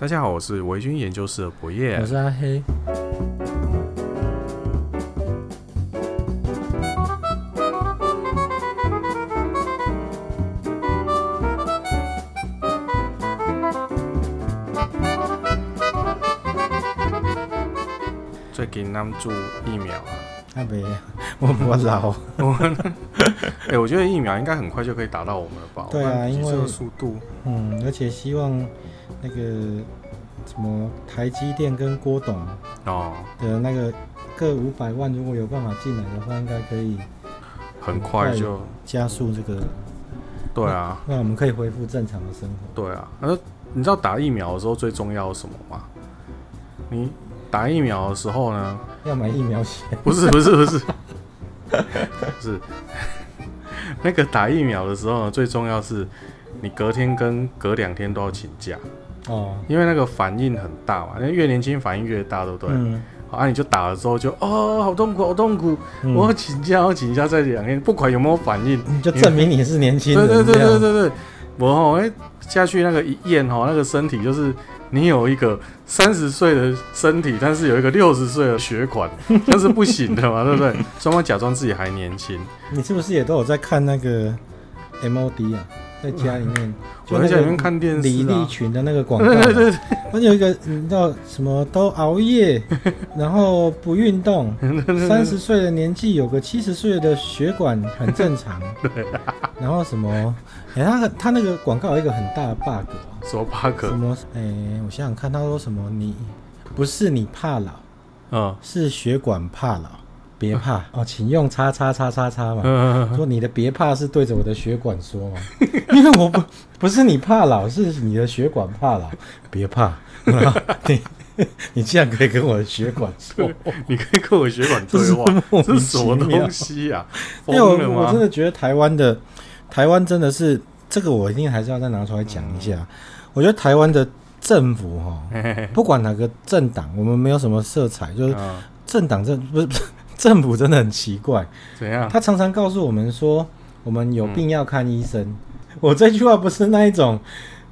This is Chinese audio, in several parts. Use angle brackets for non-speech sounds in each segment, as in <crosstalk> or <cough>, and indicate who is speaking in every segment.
Speaker 1: 大家好，我是维军研究室的博业
Speaker 2: 我。是啊阿黑。
Speaker 1: 最近咱们注疫苗啊，
Speaker 2: 阿北， <laughs> 我我老，
Speaker 1: 哎、我觉得疫苗应该很快就可以打到我们了吧？
Speaker 2: 对啊
Speaker 1: 我看
Speaker 2: 因为
Speaker 1: 这个速度，
Speaker 2: 嗯，而且希望那个什么台积电跟郭董
Speaker 1: 哦，
Speaker 2: 的那个各五百万，如果有办法进来的话，应该可以
Speaker 1: 很快就
Speaker 2: 加速这个，
Speaker 1: 对啊，
Speaker 2: 让我们可以恢复正常的生活。
Speaker 1: 对啊。而你知道打疫苗的时候最重要的是什么吗？你打疫苗的时候
Speaker 2: <laughs>
Speaker 1: 呢，
Speaker 2: 要买疫苗险，
Speaker 1: 不是不是不是不是， <laughs> 那个打疫苗的时候呢，最重要是你隔天跟隔两天都要请假，
Speaker 2: 哦，
Speaker 1: 因为那个反应很大嘛，那越年轻反应越大，对不对？
Speaker 2: 嗯，
Speaker 1: 好啊，你就打了之后就哦，好痛苦，好痛苦，
Speaker 2: 嗯
Speaker 1: 我要请假，我请假再两天，不管有没有反应，
Speaker 2: 你就证明你是年轻
Speaker 1: 对
Speaker 2: 人，嗯
Speaker 1: 对对
Speaker 2: 这
Speaker 1: 对
Speaker 2: 样
Speaker 1: 对，对，我哦，哎、下去那个一验哦，那个身体就是你有一个三十岁的身体，但是有一个六十岁的血
Speaker 2: <laughs>
Speaker 1: 管，那是不行的嘛，对不对？双方假装自己还年轻，
Speaker 2: 你是不是也都有在看那个 MOD 啊？在家里面，就
Speaker 1: 嗯我在
Speaker 2: 那
Speaker 1: 家
Speaker 2: 个
Speaker 1: 里面看电视、啊，
Speaker 2: 李立群的那个广告
Speaker 1: 对
Speaker 2: 啊，
Speaker 1: <laughs> 对对
Speaker 2: 他有一个你知道什么都
Speaker 1: <laughs>
Speaker 2: 熬夜，然后不运动，三十岁的年纪有个七十岁的血管很正
Speaker 1: <laughs>
Speaker 2: 常。然后什么？哎、他他那个广告有一个很大的 bug，哦、
Speaker 1: 手帕克
Speaker 2: 什，么？哎、我想想看，他说什么？你不是你怕老，
Speaker 1: 嗯
Speaker 2: 是血管怕老，
Speaker 1: <laughs>
Speaker 2: 别怕哦，请用叉叉叉叉叉嘛。
Speaker 1: 嗯，
Speaker 2: 说你的别怕是对着我的血管
Speaker 1: <laughs>
Speaker 2: 说吗？因为我不不是你怕老，是你的血管怕老，别怕， <laughs> 你你竟然可以跟我的血管说，
Speaker 1: <laughs> <laughs> 你可以跟我血管对话，
Speaker 2: <laughs> 莫
Speaker 1: 这
Speaker 2: 名
Speaker 1: 是什
Speaker 2: 其
Speaker 1: 么
Speaker 2: 妙
Speaker 1: 东。西啊？
Speaker 2: 因为我
Speaker 1: 疯了
Speaker 2: 我
Speaker 1: 吗
Speaker 2: 真？的觉得台湾的台湾真的是这个，我一定还是要再拿出来讲一下。
Speaker 1: 嗯
Speaker 2: 我觉得台湾的政府哈，
Speaker 1: 嘿嘿嘿
Speaker 2: 不管哪个政党，我们没有什么色彩，就
Speaker 1: <laughs>
Speaker 2: 是
Speaker 1: 嗯，
Speaker 2: 政党政不是 <laughs> 不是政府真的很奇怪。
Speaker 1: 怎样？
Speaker 2: 他常常告诉我们说，我们有病要看医生。 <laughs> 我这句话不是那一种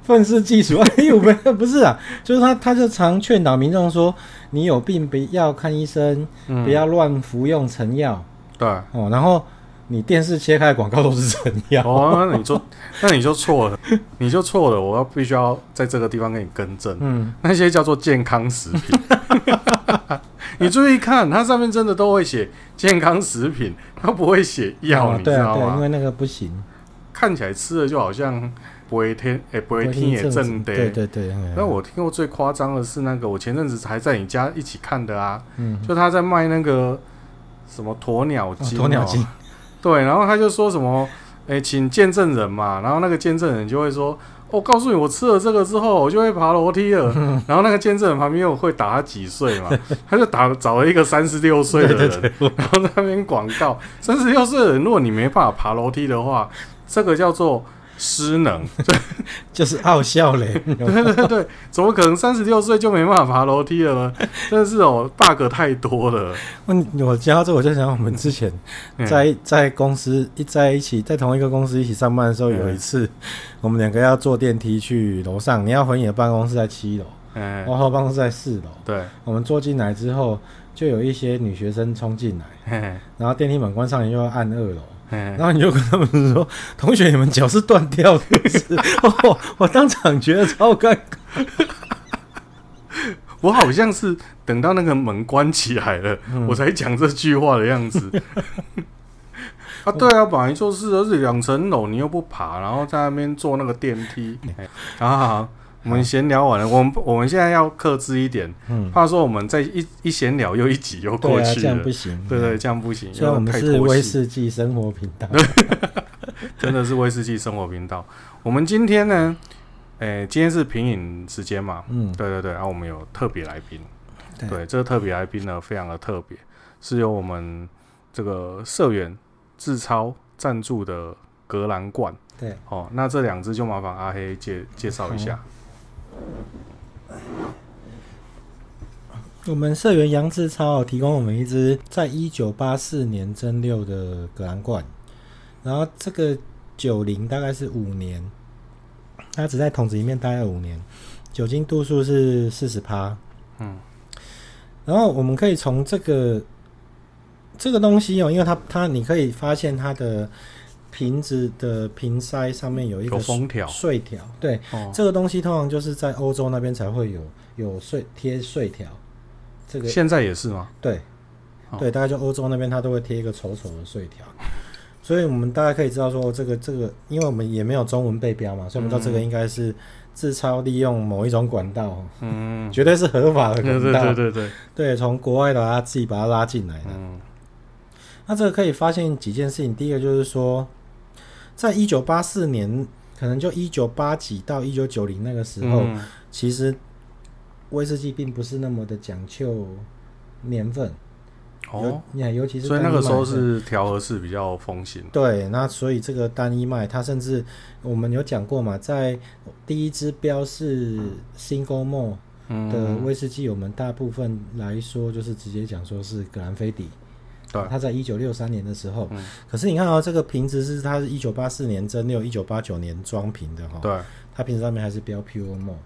Speaker 2: 愤世嫉俗，哎呦，不不是啊， <laughs> 就是他他就常劝导民众说，你有病不要看医生，
Speaker 1: 嗯
Speaker 2: 不要乱服用成药
Speaker 1: 对。
Speaker 2: 哦。然后你电视切开的广告都是成药，
Speaker 1: <laughs> 哦，那你就那你就错了，你就错了。我要必须要在这个地方给你更正，
Speaker 2: 嗯，
Speaker 1: 那些叫做健康食品。 <laughs> 你注意看，它上面真的都会写健康食品，它不会写药，
Speaker 2: 啊
Speaker 1: 你
Speaker 2: 对
Speaker 1: 知
Speaker 2: 啊
Speaker 1: 道
Speaker 2: 对啊，因
Speaker 1: 吗？
Speaker 2: 为那个不行，
Speaker 1: 看起来吃了就好像不会天，哎，不会听也正的。
Speaker 2: 对对对，嗯
Speaker 1: 那我听过最夸张的是那个，我前阵子还在你家一起看的啊，
Speaker 2: 嗯，
Speaker 1: 就他在卖那个什么鸵鸟
Speaker 2: 哦
Speaker 1: 精、啊
Speaker 2: 鸵鸟精，
Speaker 1: 对，然后他就说什么，哎、请见证人嘛，然后那个见证人就会说，我、告诉你，我吃了这个之后，我就会爬楼梯了。然后那个见证人旁边有会打他几岁嘛， <laughs> 他就打找了一个三十六岁的人，然后在那边广告，三十六岁的人，如果你没办法爬楼梯的话，这个叫做。失能， <laughs>
Speaker 2: 就是傲笑嘞， <laughs>
Speaker 1: 对对对，怎么可能三十六岁就没办法爬楼梯了呢？但是哦，bug 太多了。
Speaker 2: 我我讲到这，我就想我们之前
Speaker 1: 嗯
Speaker 2: 在在公司一在一起，在同一个公司一起上班的时候，
Speaker 1: 嗯
Speaker 2: 有一次我们两个要坐电梯去楼上，你要回你的办公室在七楼，
Speaker 1: 嗯，
Speaker 2: 然后办公室在四楼。
Speaker 1: 对，
Speaker 2: 我们坐进来之后，就有一些女学生冲进来，
Speaker 1: 嘿
Speaker 2: 然后电梯门关上，你就要按二楼。
Speaker 1: 嘿
Speaker 2: 然后你就跟他们说：“同学，你们脚是断掉的。是”哦，我当场觉得超尴尬。
Speaker 1: 我好像是等到那个门关起来了，
Speaker 2: 嗯
Speaker 1: 我才讲这句话的样
Speaker 2: <laughs>
Speaker 1: 子。啊，对啊，本来就是，而且两层楼你又不爬，然后在那边坐那个电梯。
Speaker 2: 嗯
Speaker 1: 哎好好好，我们闲聊完了，我们我们现在要克制一点，
Speaker 2: 嗯，
Speaker 1: 怕说我们再一一闲聊又一集又过
Speaker 2: 对啊，
Speaker 1: 去
Speaker 2: 这
Speaker 1: 了
Speaker 2: 样。不行。啊
Speaker 1: 对对，，这样不行，
Speaker 2: 虽然我们
Speaker 1: 太
Speaker 2: 是
Speaker 1: 拖
Speaker 2: 威
Speaker 1: 戏
Speaker 2: 士忌生活频
Speaker 1: <laughs>
Speaker 2: 道，
Speaker 1: 真的是威士忌生活频道。我们今天呢，诶、今天是品饮时间嘛，
Speaker 2: 嗯，
Speaker 1: 对对对，然、后我们有特别来宾，
Speaker 2: 对
Speaker 1: 对，这个特别来宾呢非常的特别，是由我们这个社员志超赞助的格兰罐
Speaker 2: 对。啊
Speaker 1: 哦。那这两只就麻烦阿黑介介绍一下。
Speaker 2: 嗯我们社员杨志超哦提供我们一支在一九八四年蒸馏的格兰罐，然后这个九零大概是五年，它只在桶子里面待了五年，酒精度数是四十趴。
Speaker 1: 嗯，
Speaker 2: 然后我们可以从这个这个东西哦，因为它它你可以发现它的瓶子的瓶塞上面有一
Speaker 1: 有
Speaker 2: 个
Speaker 1: 封条
Speaker 2: 碎条，对，
Speaker 1: 哦，
Speaker 2: 这个东西通常就是在欧洲那边才会有有碎贴碎条，这个
Speaker 1: 哦现在也是吗？
Speaker 2: 对，
Speaker 1: 哦
Speaker 2: 对，大概就欧洲那边它都会贴一个丑丑的碎条，所以我们大概可以知道说这个这个，因为我们也没有中文背标嘛，所以我们知道这个应该是自超利用某一种管道，
Speaker 1: 嗯，
Speaker 2: 绝对是合法的
Speaker 1: 对
Speaker 2: 管
Speaker 1: 对
Speaker 2: 道，
Speaker 1: 对对对，
Speaker 2: 对从国外把它自己把它拉进来的。
Speaker 1: 嗯
Speaker 2: 那这个可以发现几件事情，第一个就是说，在一九八四年，可能就一九八几到一九九零那个时候，
Speaker 1: 嗯
Speaker 2: 其实威士忌并不是那么的讲究年份，
Speaker 1: 哦，
Speaker 2: 尤，尤其是
Speaker 1: 所以那
Speaker 2: 丹
Speaker 1: 个
Speaker 2: 麦
Speaker 1: 时候
Speaker 2: 的
Speaker 1: 是调和式比较风行，
Speaker 2: 对，那所以这个单一麦，它甚至我们有讲过嘛，在第一支标是 Single Malt 的
Speaker 1: 嗯，
Speaker 2: 威士忌，我们大部分来说就是直接讲说是格兰菲迪。
Speaker 1: 对
Speaker 2: 它在一九六三年的时候，
Speaker 1: 嗯
Speaker 2: 可是你看哦，这个瓶子是它是一九八四年蒸馏，一九八九年装瓶的哈、哦，
Speaker 1: 对，
Speaker 2: 它瓶子上面还是标 Pure Malt，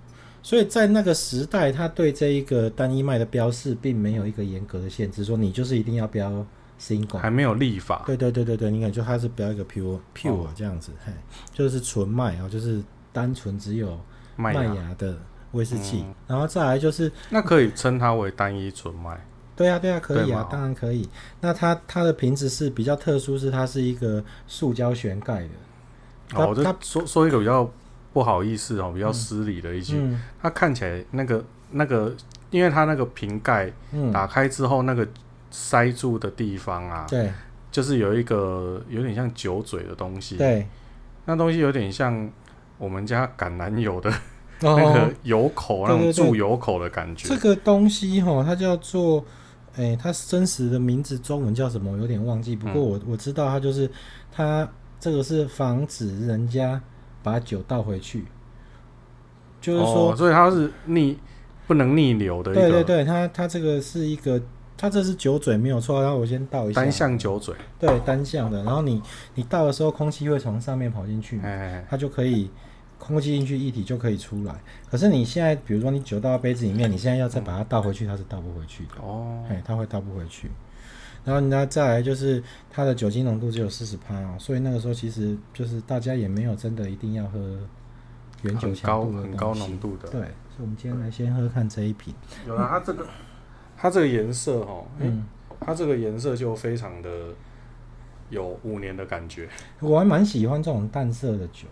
Speaker 2: 所以在那个时代，它对这一个单一麦的标示并没有一个严格的限制，说你就是一定要标 Single。
Speaker 1: 还没有立法，
Speaker 2: 对对对对对，你感觉它是标一个 pure pure 这样子，嘿，就是纯麦哦，就是单纯只有
Speaker 1: 麦
Speaker 2: 麦
Speaker 1: 芽
Speaker 2: 芽的威士忌，
Speaker 1: 嗯
Speaker 2: 然后再来就是，
Speaker 1: 那可以称它为单一纯麦，
Speaker 2: 对啊对啊，可以
Speaker 1: 对
Speaker 2: 啊
Speaker 1: 嘛，
Speaker 2: 当然可以。那它它的瓶子是比较特殊，是它是一个塑胶悬盖的，它
Speaker 1: 哦，我就
Speaker 2: 它
Speaker 1: 说说一个比较不好意思哦，比较失礼的一句，
Speaker 2: 嗯
Speaker 1: 它看起来那个那个，因为它那个瓶盖
Speaker 2: 嗯，
Speaker 1: 打开之后，那个塞住的地方啊，
Speaker 2: 对
Speaker 1: 就是有一个有点像酒嘴的东西，
Speaker 2: 对，
Speaker 1: 那东西有点像我们家橄榄油的那
Speaker 2: 哦
Speaker 1: 个，油口，那
Speaker 2: 对
Speaker 1: 种
Speaker 2: 对对
Speaker 1: 注油口的感觉
Speaker 2: 这。个东西哈、它叫做。哎，它真实的名字中文叫什么？我有点忘记。不过
Speaker 1: 嗯
Speaker 2: 我我知道它就是它这个是防止人家把酒倒回去，就是说，
Speaker 1: 哦，所以它是逆不能逆流的一
Speaker 2: 对对
Speaker 1: 个
Speaker 2: 对，它它这个是一个，它这是酒嘴没有错。然后我先倒一下
Speaker 1: 单向酒嘴，
Speaker 2: 对单向的，然后你你倒的时候，空气会从上面跑进去嘛，
Speaker 1: 哎，
Speaker 2: 它就可以空气进去，液体就可以出来。可是你现在，比如说你酒倒到杯子里面，你现在要再把它倒回去，它是倒不回去的。
Speaker 1: 哦，
Speaker 2: 哎，它会倒不回去。然后呢，再来就是它的酒精浓度只有四十趴哦，所以那个时候其实就是大家也没有真的一定要喝原酒
Speaker 1: 很
Speaker 2: 强
Speaker 1: 高
Speaker 2: 度的
Speaker 1: 很高
Speaker 2: 东西
Speaker 1: 浓度的
Speaker 2: 对，，所以我们今天来先喝看这一瓶。
Speaker 1: 有啊了它这个它这个颜色哦，哎
Speaker 2: 嗯，
Speaker 1: 它这个颜色就非常的有五年的感觉，
Speaker 2: 我还蛮喜欢这种淡色的酒，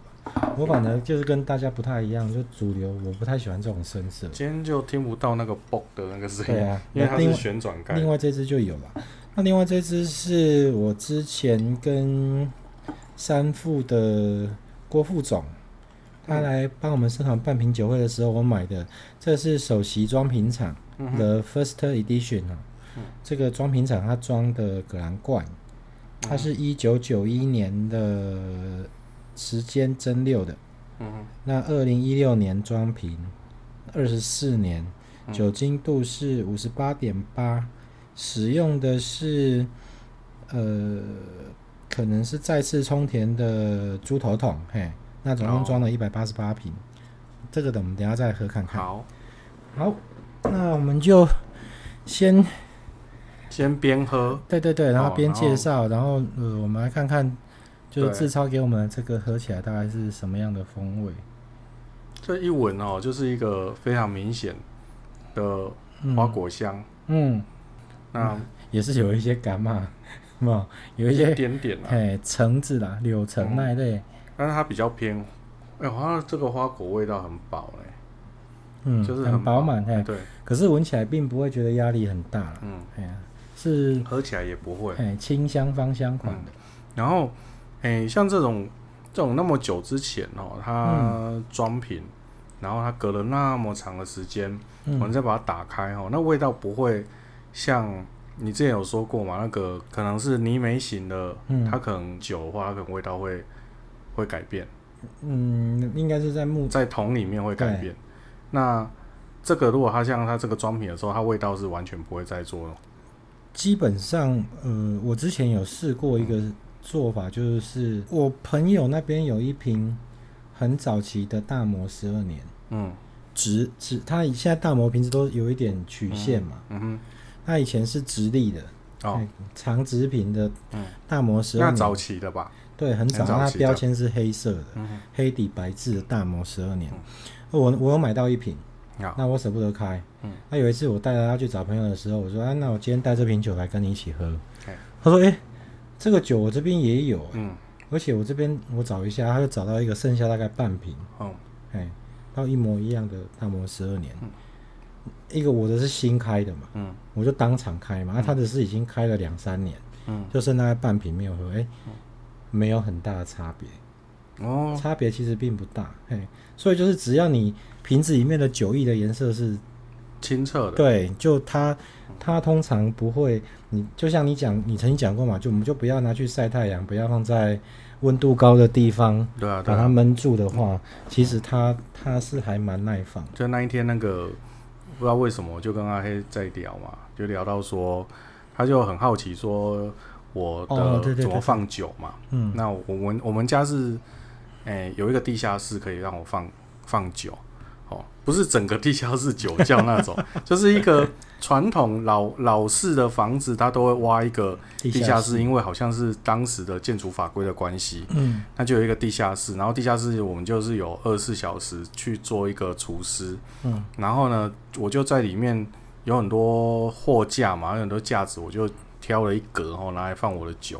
Speaker 2: 我反而就是跟大家不太一样，就主流我不太喜欢这种深色。
Speaker 1: 今天就听不到那个嘣的那个声
Speaker 2: 对
Speaker 1: 音，
Speaker 2: 啊，
Speaker 1: 因为它
Speaker 2: 另
Speaker 1: 是
Speaker 2: 外
Speaker 1: 旋转盖
Speaker 2: 另，外这支就有了。那另外这支是我之前跟三富的郭副总，
Speaker 1: 嗯
Speaker 2: 他来帮我们社团办品酒会的时候，我买的。这是首席装瓶厂
Speaker 1: 嗯哼，
Speaker 2: 的 First Edition 啊
Speaker 1: 嗯，
Speaker 2: 这个装瓶厂它装的葛兰罐，它是一九九一年的时间蒸馏的，
Speaker 1: 嗯哼，
Speaker 2: 那二零一六年装瓶，二十四年，
Speaker 1: 嗯
Speaker 2: 酒精度是五十八点八，使用的是呃，可能是再次充填的猪头桶，嘿，那总
Speaker 1: 哦
Speaker 2: 共装了一百八十八瓶，这个等我们等一下再喝看看。
Speaker 1: 好，
Speaker 2: 好，那我们就先
Speaker 1: 先边喝，
Speaker 2: 对对对，然后
Speaker 1: 哦
Speaker 2: 边
Speaker 1: 然后
Speaker 2: 介绍，然后呃，我们来看看，就是
Speaker 1: 对
Speaker 2: 志超给我们的这个喝起来大概是什么样的风味。
Speaker 1: 这一闻哦，就是一个非常明显的
Speaker 2: 嗯
Speaker 1: 花，果香，
Speaker 2: 嗯，
Speaker 1: 那
Speaker 2: 也是有一些感嘛， <laughs> 嘛，有一
Speaker 1: 一
Speaker 2: 些
Speaker 1: 点嗯点啊，
Speaker 2: 哎橙子啦、柳橙那一类，
Speaker 1: 但是它比较偏，哎、好像这个花果味道很饱嘞、
Speaker 2: 嗯，
Speaker 1: 就是很
Speaker 2: 很饱满哎，
Speaker 1: 对，
Speaker 2: 可是闻起来并不会觉得压力很大啦，
Speaker 1: 嗯，
Speaker 2: 哎呀，是
Speaker 1: 喝起来也不会，
Speaker 2: 哎清香芳香款
Speaker 1: 嗯
Speaker 2: 的，，
Speaker 1: 然后，哎、像这种这种那么久之前哦，它装瓶，然后它隔了那么长的时间，我们
Speaker 2: 嗯，
Speaker 1: 再把它打开哦，那味道不会像你之前有说过嘛，那个可能是泥煤型的，
Speaker 2: 嗯
Speaker 1: 它可能久的话，它可能味道会会改变，
Speaker 2: 嗯，应该是在木
Speaker 1: 在桶里面会改变。那这个如果它像它这个装瓶的时候，它味道是完全不会再做了。
Speaker 2: 基本上，呃，我之前有试过一
Speaker 1: 嗯
Speaker 2: 个做法，就是我朋友那边有一瓶很早期的大摩十二年，
Speaker 1: 嗯，
Speaker 2: 直直，它现在大摩瓶子都有一点曲线嘛，
Speaker 1: 嗯哼，
Speaker 2: 它以前是直立的，
Speaker 1: 哦
Speaker 2: 哎，长直瓶的
Speaker 1: 嗯
Speaker 2: 大摩十二
Speaker 1: 那
Speaker 2: 年，
Speaker 1: 早期的吧，
Speaker 2: 对，很早，
Speaker 1: 很早
Speaker 2: 它
Speaker 1: 期的
Speaker 2: 标签是黑色的，
Speaker 1: 嗯
Speaker 2: 黑底白字的大摩十二年哦
Speaker 1: 嗯，
Speaker 2: 我我有买到一瓶，
Speaker 1: 哼，好，
Speaker 2: 那我舍不得开。
Speaker 1: 嗯
Speaker 2: 那、有一次我带着他去找朋友的时候，我说：“啊，那我今天带这瓶酒来跟你一起喝。
Speaker 1: 嘿”
Speaker 2: 他说：“哎、这个酒我这边也有，
Speaker 1: 嗯，
Speaker 2: 而且我这边我找一下，他就找到一个剩下大概半瓶，
Speaker 1: 哦，
Speaker 2: 哎，到一模一样的大摩十二年。
Speaker 1: 嗯
Speaker 2: 一个我的是新开的嘛，
Speaker 1: 嗯
Speaker 2: 我就当场开嘛，那、啊他的是已经开了两三年，
Speaker 1: 嗯，
Speaker 2: 就剩大概半瓶没有喝，哎、没有很大的差别。
Speaker 1: 哦，
Speaker 2: 差别其实并不大，嘿，所以就是只要你瓶子里面的酒液的颜色是
Speaker 1: 清澈的，
Speaker 2: 对，就它它通常不会，你就像你讲，你曾经讲过嘛，就我们就不要拿去晒太阳，不要放在温度高的地方，
Speaker 1: 对啊，对
Speaker 2: 把它
Speaker 1: 啊，
Speaker 2: 闷住的话，其实它它是还蛮耐放的。
Speaker 1: 就那一天那个不知道为什么，就跟阿黑在聊嘛，就聊到说，他就很好奇说我
Speaker 2: 哦对
Speaker 1: 的
Speaker 2: 对对
Speaker 1: 怎么
Speaker 2: 对
Speaker 1: 放酒嘛，
Speaker 2: 嗯，
Speaker 1: 那我们我们家是，诶、有一个地下室可以让我放放酒，哦，不是整个地下室酒窖那
Speaker 2: <laughs>
Speaker 1: 种，就是一个传统老老式的房子，它都会挖一个
Speaker 2: 地
Speaker 1: 地下室，，因为好像是当时的建筑法规的关系，
Speaker 2: 嗯，
Speaker 1: 那就有一个地下室，然后地下室我们就是有二十四小时去做一个厨师，
Speaker 2: 嗯，
Speaker 1: 然后呢，我就在里面有很多货架嘛，有很多架子，我就挑了一格哦，拿来放我的酒。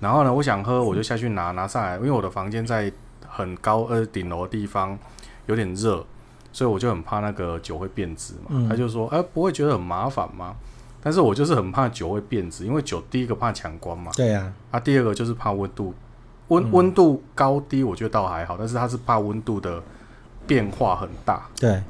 Speaker 1: 然后呢，我想喝，我就下去拿拿上来，因为我的房间在很高呃顶楼的地方，有点热，所以我就很怕那个酒会变质嘛。
Speaker 2: 嗯
Speaker 1: 他就说，哎、不会觉得很麻烦吗？但是我就是很怕酒会变质，因为酒第一个怕抢光嘛，
Speaker 2: 对啊，
Speaker 1: 啊，第二个就是怕温度，
Speaker 2: 嗯
Speaker 1: 温温度高低我觉得倒还好，但是它是怕温度的变化很大。
Speaker 2: 对，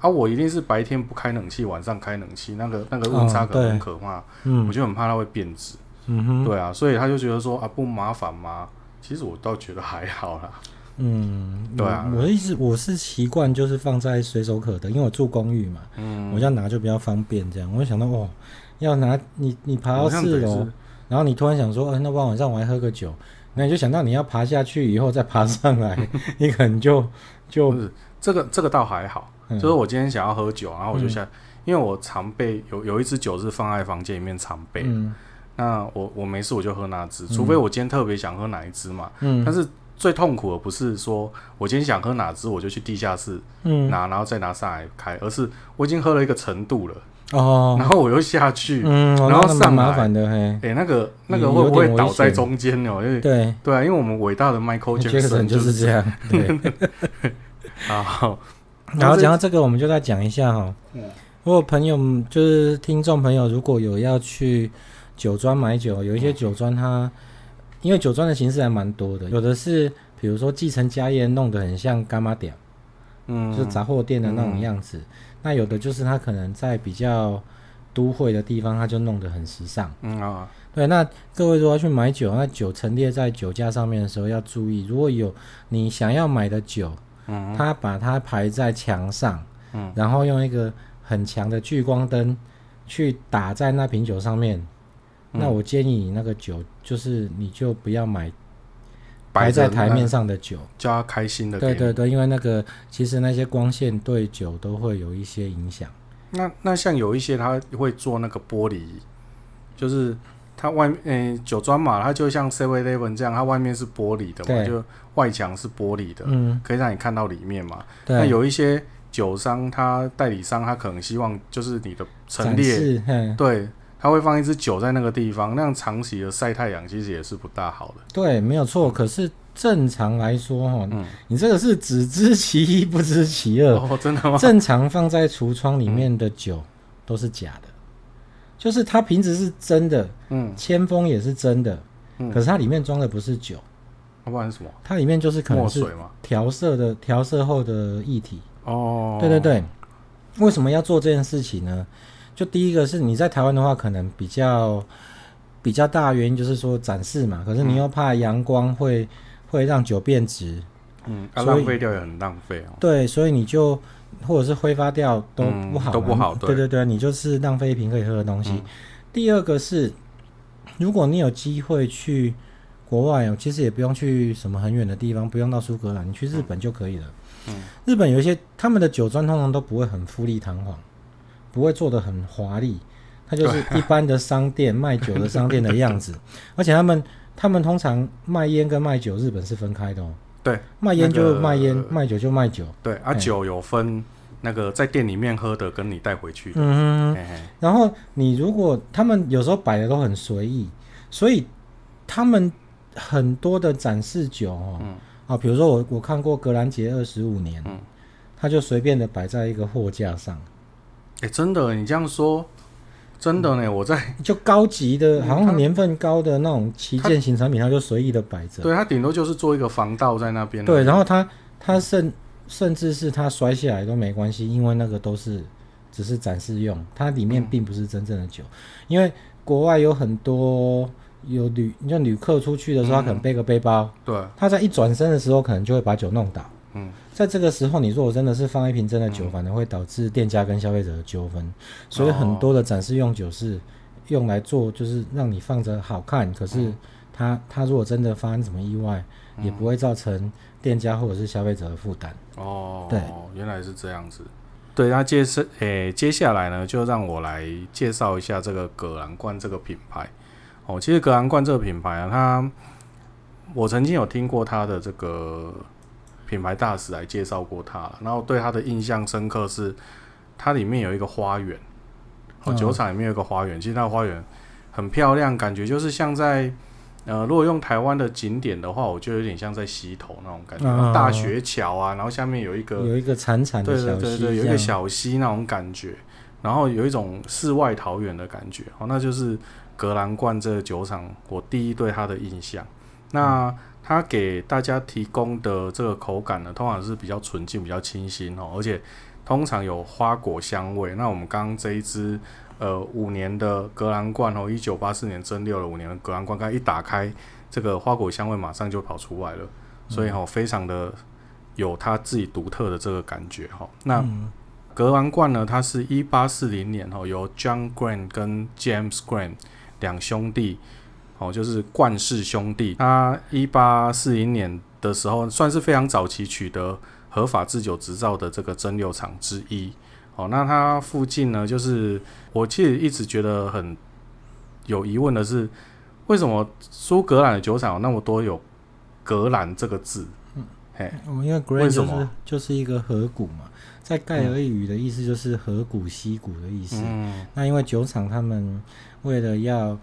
Speaker 1: 啊，我一定是白天不开冷气，晚上开冷气，那个那个温差可能很可怕，我
Speaker 2: 嗯
Speaker 1: 就很怕它会变质。
Speaker 2: 嗯哼，
Speaker 1: 对啊，所以他就觉得说啊，不麻烦吗？其实我倒觉得还好啦。
Speaker 2: 嗯，
Speaker 1: 对啊
Speaker 2: 我我的意思我是习惯就是放在随手可得，因为我住公寓嘛，
Speaker 1: 嗯，
Speaker 2: 我要拿就比较方便，这样。我就想到哦，要拿你你爬到
Speaker 1: 好像
Speaker 2: 四
Speaker 1: 得
Speaker 2: 楼
Speaker 1: 是，
Speaker 2: 然后你突然想说，哎，那不然晚上我还喝个酒，那你就想到你要爬下去以后再爬上来，
Speaker 1: <laughs>
Speaker 2: 你可能就就
Speaker 1: 不是这个这个倒还好，
Speaker 2: 嗯
Speaker 1: 就是我今天想要喝酒，然后我就下，因为我常备有有一支酒是放在房间里面常备，
Speaker 2: 嗯
Speaker 1: 那我我没事我就喝那支，除非我今天特别想喝哪一支嘛。但
Speaker 2: 嗯
Speaker 1: 是最痛苦的不是说我今天想喝哪支我就去地下室
Speaker 2: 嗯
Speaker 1: 拿，然后再拿上来开，而是我已经喝了一个程度了，
Speaker 2: 哦
Speaker 1: 然后我又下去，哎、
Speaker 2: 嗯，哦
Speaker 1: 然后
Speaker 2: 那蛮
Speaker 1: 上
Speaker 2: 麻
Speaker 1: 来
Speaker 2: 烦的嘿，
Speaker 1: 那个那
Speaker 2: 有
Speaker 1: 个会不
Speaker 2: 有
Speaker 1: 会
Speaker 2: 点危
Speaker 1: 倒在
Speaker 2: 险
Speaker 1: 中间呢？因为
Speaker 2: 对
Speaker 1: 对啊，因为我们伟大的 Michael
Speaker 2: ，Jackson 就
Speaker 1: 就是
Speaker 2: 这样。对，
Speaker 1: 啊，好
Speaker 2: 然后讲到这个，我们就再讲一下哈
Speaker 1: 嗯。
Speaker 2: 我有朋友就是听众朋友，如果有要去酒庄买酒，有一些酒庄它，因为酒庄的形式还蛮多的，有的是比如说继承家业弄得很像干妈店，
Speaker 1: 嗯，
Speaker 2: 就是杂货店的那种样子；那有的就是它可能在比较都会的地方，它就弄得很时尚。
Speaker 1: 嗯啊，
Speaker 2: 对，那各位如果要去买酒，那酒陈列在酒架上面的时候要注意，如果有你想要买的酒，
Speaker 1: 嗯
Speaker 2: 他把它排在墙上，
Speaker 1: 嗯
Speaker 2: 然后用一个很强的聚光灯去打在那瓶酒上面。
Speaker 1: 嗯
Speaker 2: 那我建议你那个酒，就是你就不要买
Speaker 1: 摆
Speaker 2: 摆
Speaker 1: 着嗯
Speaker 2: 在台面
Speaker 1: 那，
Speaker 2: 上的酒。
Speaker 1: 叫他开心的，
Speaker 2: 对对。对，因为那个其实那些光线对酒都会有一些影响。
Speaker 1: 那那像有一些他会做那个玻璃，就是它外面，诶、酒庄嘛，它就像 Seven Eleven 这样，它外面是玻璃的嘛，
Speaker 2: 对
Speaker 1: 就外墙是玻璃的，
Speaker 2: 嗯，
Speaker 1: 可以让你看到里面嘛。那
Speaker 2: 对，
Speaker 1: 有一些酒商，他代理商，他可能希望就是你的陈
Speaker 2: 展
Speaker 1: 列，
Speaker 2: 示，嗯，
Speaker 1: 对，他会放一支酒在那个地方，那样长期的晒太阳其实也是不大好的。
Speaker 2: 对，没有错。可是正常来说，哈，
Speaker 1: 嗯
Speaker 2: 你这个是只知其一不知其二。
Speaker 1: 哦， <laughs> 真的吗？
Speaker 2: 正常放在橱窗里面的酒都是假的，就是它瓶子是真的，
Speaker 1: 嗯，
Speaker 2: 铅封也是真的，
Speaker 1: 嗯
Speaker 2: 可是它里面装的不是酒，
Speaker 1: 要不然是什么
Speaker 2: 它里面就是可能
Speaker 1: 墨
Speaker 2: 是
Speaker 1: 水嘛？
Speaker 2: 调色的调色后的液体。
Speaker 1: 哦，
Speaker 2: 对对，对，为什么要做这件事情呢？就第一个是你在台湾的话，可能比较比较大的原因就是说展示嘛，可是你又怕阳光会会让酒变质，
Speaker 1: 嗯，啊、
Speaker 2: 所以
Speaker 1: 浪费掉也很浪费哦。
Speaker 2: 对，所以你就或者是挥发掉都
Speaker 1: 嗯
Speaker 2: 不好嘛、
Speaker 1: 都不好
Speaker 2: 对
Speaker 1: 对嗯
Speaker 2: 对对，你就是浪费一瓶可以喝的东西。第二个是，如果你有机会去国外哦，其实也不用去什么很远的地方，不用到苏格兰，你去日本就可以了。
Speaker 1: 嗯
Speaker 2: 日本有一些他们的酒庄通常都不会很富丽堂皇，不会做的很华丽，它就是
Speaker 1: 啊
Speaker 2: 一般的商店卖酒的商店的
Speaker 1: <laughs>
Speaker 2: 样子。而且他们他们通常卖烟跟卖酒，日本是分开的哦。
Speaker 1: 对，
Speaker 2: 卖烟
Speaker 1: 那
Speaker 2: 就
Speaker 1: 个
Speaker 2: 卖烟，卖酒就卖酒。
Speaker 1: 对啊，
Speaker 2: 嗯
Speaker 1: 酒有分那个在店里面喝的，跟你带回去的。
Speaker 2: 嗯哼，
Speaker 1: 嘿嘿
Speaker 2: 然后你如果他们有时候摆的都很随意，所以他们很多的展示酒哦，
Speaker 1: 嗯
Speaker 2: 啊，比如说我我看过格兰杰二十五年，
Speaker 1: 嗯
Speaker 2: 他就随便的摆在一个货架上，
Speaker 1: 哎、真的，你这样说，真的
Speaker 2: 嗯
Speaker 1: 呢。我在
Speaker 2: 就高级的，
Speaker 1: 嗯
Speaker 2: 好
Speaker 1: 它
Speaker 2: 像年份高的那种旗舰型产品，它就随意的摆着。
Speaker 1: 对他顶多就是做一个防盗在那边。
Speaker 2: 对，然后它它甚甚至是它摔下来都没关系，因为那个都是只是展示用，它里面并不是真正的酒。因为国外有很多有旅，你像旅客出去的时候，他可能背个背包，
Speaker 1: 对，
Speaker 2: 他在一转身的时候，可能就会把酒弄倒。
Speaker 1: 嗯，
Speaker 2: 在这个时候，你如果真的是放一瓶真的酒，反而会导致店家跟消费者的纠纷。所以很多的展示用酒是用来做，就是让你放着好看，可是
Speaker 1: 嗯
Speaker 2: 它它如果真的发生什么意外，也不会造成店家或者是消费者的负担。
Speaker 1: 哦，
Speaker 2: 对，
Speaker 1: 原来是这样子。对，那接是诶、接下来呢，就让我来介绍一下这个葛兰冠这个品牌。哦，其实葛兰冠这个品牌啊，它我曾经有听过它的这个品牌大使来介绍过它，然后对它的印象深刻是它里面有一个花园，哦，
Speaker 2: 嗯
Speaker 1: 酒厂里面有一个花园，其实那个花园很漂亮，感觉就是像在呃，如果用台湾的景点的话，我就有点像在溪头那种感觉，
Speaker 2: 嗯
Speaker 1: 大学桥啊，然后下面有一个
Speaker 2: 有一个潺潺的
Speaker 1: 对对
Speaker 2: 小
Speaker 1: 对
Speaker 2: 溪，
Speaker 1: 对，有一
Speaker 2: 这
Speaker 1: 个
Speaker 2: 样
Speaker 1: 小溪那种感觉，然后有一种世外桃源的感觉。哦，那就是格兰冠这个酒厂，我第一对它的印象。那
Speaker 2: 嗯
Speaker 1: 它给大家提供的这个口感呢，通常是比较纯净、比较清新哦，而且通常有花果香味。那我们刚刚这一支呃五年的格兰冠哦，一九八四年蒸馏了五年的格兰冠，刚一打开，这个花果香味马上就跑出来了，所以哈、哦，非常的有它自己独特的这个感觉哈、哦。那、
Speaker 2: 嗯
Speaker 1: 格兰冠呢，它是一八四零年哦，由 John Grant 跟 James Grant 两兄弟哦，就是冠氏兄弟。他一八四零年的时候，算是非常早期取得合法制酒执照的这个蒸馏厂之一。哦，那它附近呢，就是我其实一直觉得很有疑问的是，为什么苏格兰的酒厂有那么多有“格兰”这个字？嘿，
Speaker 2: 哦，因为
Speaker 1: 为
Speaker 2: Grey
Speaker 1: 什
Speaker 2: 就
Speaker 1: 么
Speaker 2: 是就是一个河谷嘛，在盖尔语的意思就是河谷、溪谷的意思。
Speaker 1: 嗯，
Speaker 2: 那因为酒厂他们为了要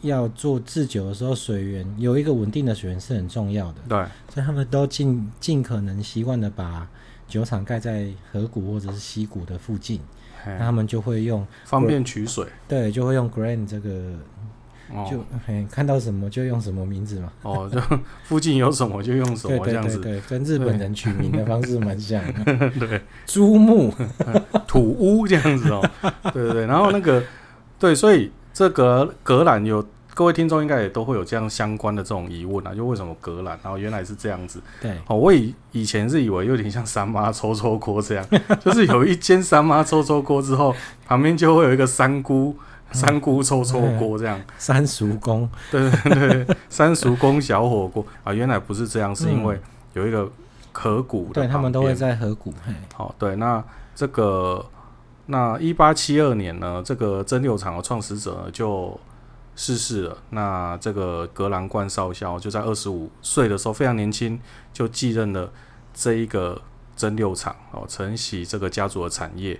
Speaker 2: 要做制酒的时候，水源有一个稳定的水源是很重要的，
Speaker 1: 对，
Speaker 2: 所以他们都尽尽可能习惯的把酒厂盖在河谷或者是溪谷的附近，那
Speaker 1: 嘿
Speaker 2: 他们就会用
Speaker 1: 方便取水。
Speaker 2: 对，就会用 Grand 这个
Speaker 1: 哦
Speaker 2: 就、嘿看到什么就用什么名字嘛，
Speaker 1: 哦，就附近有什么就用什
Speaker 2: 对
Speaker 1: 么这
Speaker 2: 对
Speaker 1: 样
Speaker 2: 对
Speaker 1: 子。
Speaker 2: 对，跟日本人取名的方式蛮像的，
Speaker 1: <laughs> 对，
Speaker 2: 珠穆
Speaker 1: 土屋这样子哦，对对对。然后那个，对，所以这格格兰有各位听众应该也都会有这样相关的这种疑问啊，就为什么格兰？然后原来是这样子。
Speaker 2: 对。
Speaker 1: 哦，我以以前是以为有点像三妈抽抽锅这样， <laughs> 就是有一间三妈抽抽锅之后，旁边就会有一个三姑。
Speaker 2: 嗯
Speaker 1: 三姑抽抽锅这样，
Speaker 2: 三叔公，
Speaker 1: 对对对，三叔公小火锅啊，原来不是这样，是因为有一个河谷的
Speaker 2: 嗯对他们都会
Speaker 1: 旁边
Speaker 2: 在河谷，嘿，
Speaker 1: 好，对，那这个那一八七二年呢，这个蒸馏厂的创始者呢就逝世了。那这个格兰冠少校就在二十五岁的时候，非常年轻，就继任了这一个蒸馏厂哦，承袭这个家族的产业。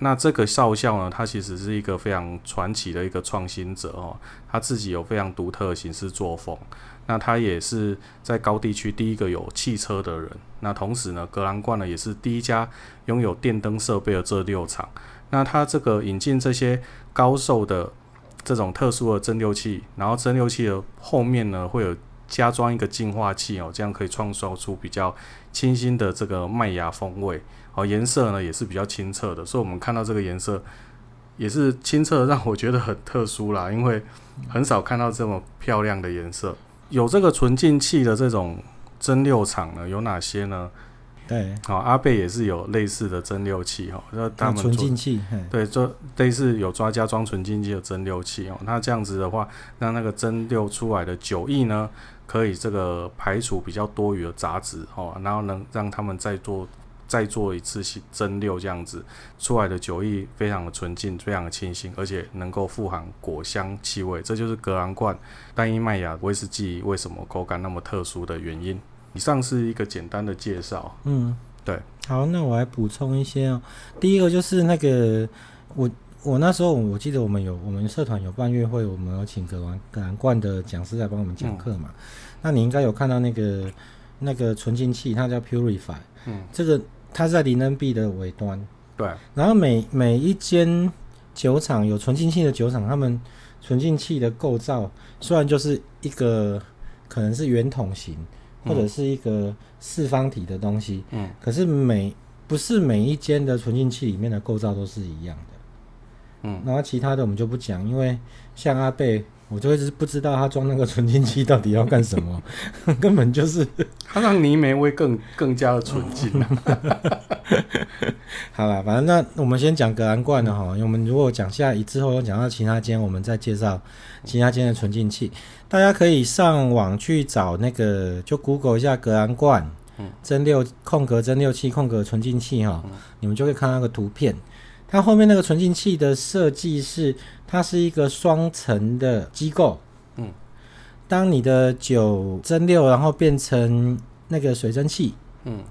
Speaker 1: 那这个少校呢，他其实是一个非常传奇的一个创新者哦，他自己有非常独特的行事作风。那他也是在高地区第一个有汽车的人。那同时呢，格兰冠呢也是第一家拥有电灯设备的这六厂。那它这个引进这些高售的这种特殊的蒸馏器，然后蒸馏器的后面呢会有加装一个净化器哦，这样可以创造出比较清新的这个麦芽风味。哦，颜色呢也是比较清澈的，所以我们看到这个颜色也是清澈的，让我觉得很特殊啦，因为很少看到这么漂亮的颜色。有这个纯净器的这种蒸馏厂呢，有哪些呢？
Speaker 2: 对，
Speaker 1: 好、阿贝也是有类似的蒸馏器哦，那他
Speaker 2: 那
Speaker 1: 们
Speaker 2: 啊纯
Speaker 1: 做
Speaker 2: 净器，嘿
Speaker 1: 对，就类似有抓加装纯净剂的蒸馏器哦。那这样子的话，那那个蒸馏出来的酒液呢，可以这个排除比较多余的杂质哦，然后能让他们再做再做一次洗蒸馏，这样子出来的酒液非常的纯净，非常的清新，而且能够富含果香气味。这就是格兰冠单一麦芽威士忌为什么口感那么特殊的原因。以上是一个简单的介绍，
Speaker 2: 嗯，
Speaker 1: 对。
Speaker 2: 好，那我来补充一些哦。第一个就是那个我。我那时候我记得我们有我们社团有办乐会，我们有请葛兰葛兰冠的讲师来帮我们讲课
Speaker 1: 嗯
Speaker 2: 嘛。那你应该有看到那个那个纯净器，它叫 Purify，
Speaker 1: 嗯，
Speaker 2: 这个它是在林恩币的尾端，
Speaker 1: 对，啊
Speaker 2: 然后每每一间酒厂有纯净器的酒厂，他们纯净器的构造虽然就是一个可能是圆筒形
Speaker 1: 嗯
Speaker 2: 或者是一个四方体的东西，
Speaker 1: 嗯，
Speaker 2: 可是每不是每一间的纯净器里面的构造都是一样的。
Speaker 1: 嗯，
Speaker 2: 然后其他的我们就不讲，因为像阿贝，我就一直不知道他装那个纯净器到底要干什么， <laughs> 根本就是
Speaker 1: 它让泥煤味更更加的纯净啊。
Speaker 2: 好啦，反正那我们先讲格兰冠的哈，因为我们如果讲下一之后讲到其他间，我们再介绍其他间的纯净器。大家可以上网去找那个，就 Google 一下格兰冠
Speaker 1: 嗯
Speaker 2: 蒸馏空格蒸馏器空格纯净器哈，你们就会看到那个图片。它后面那个纯净器的设计是，它是一个双层的机构。
Speaker 1: 嗯，
Speaker 2: 当你的酒蒸馏，然后变成那个水蒸气，
Speaker 1: 嗯。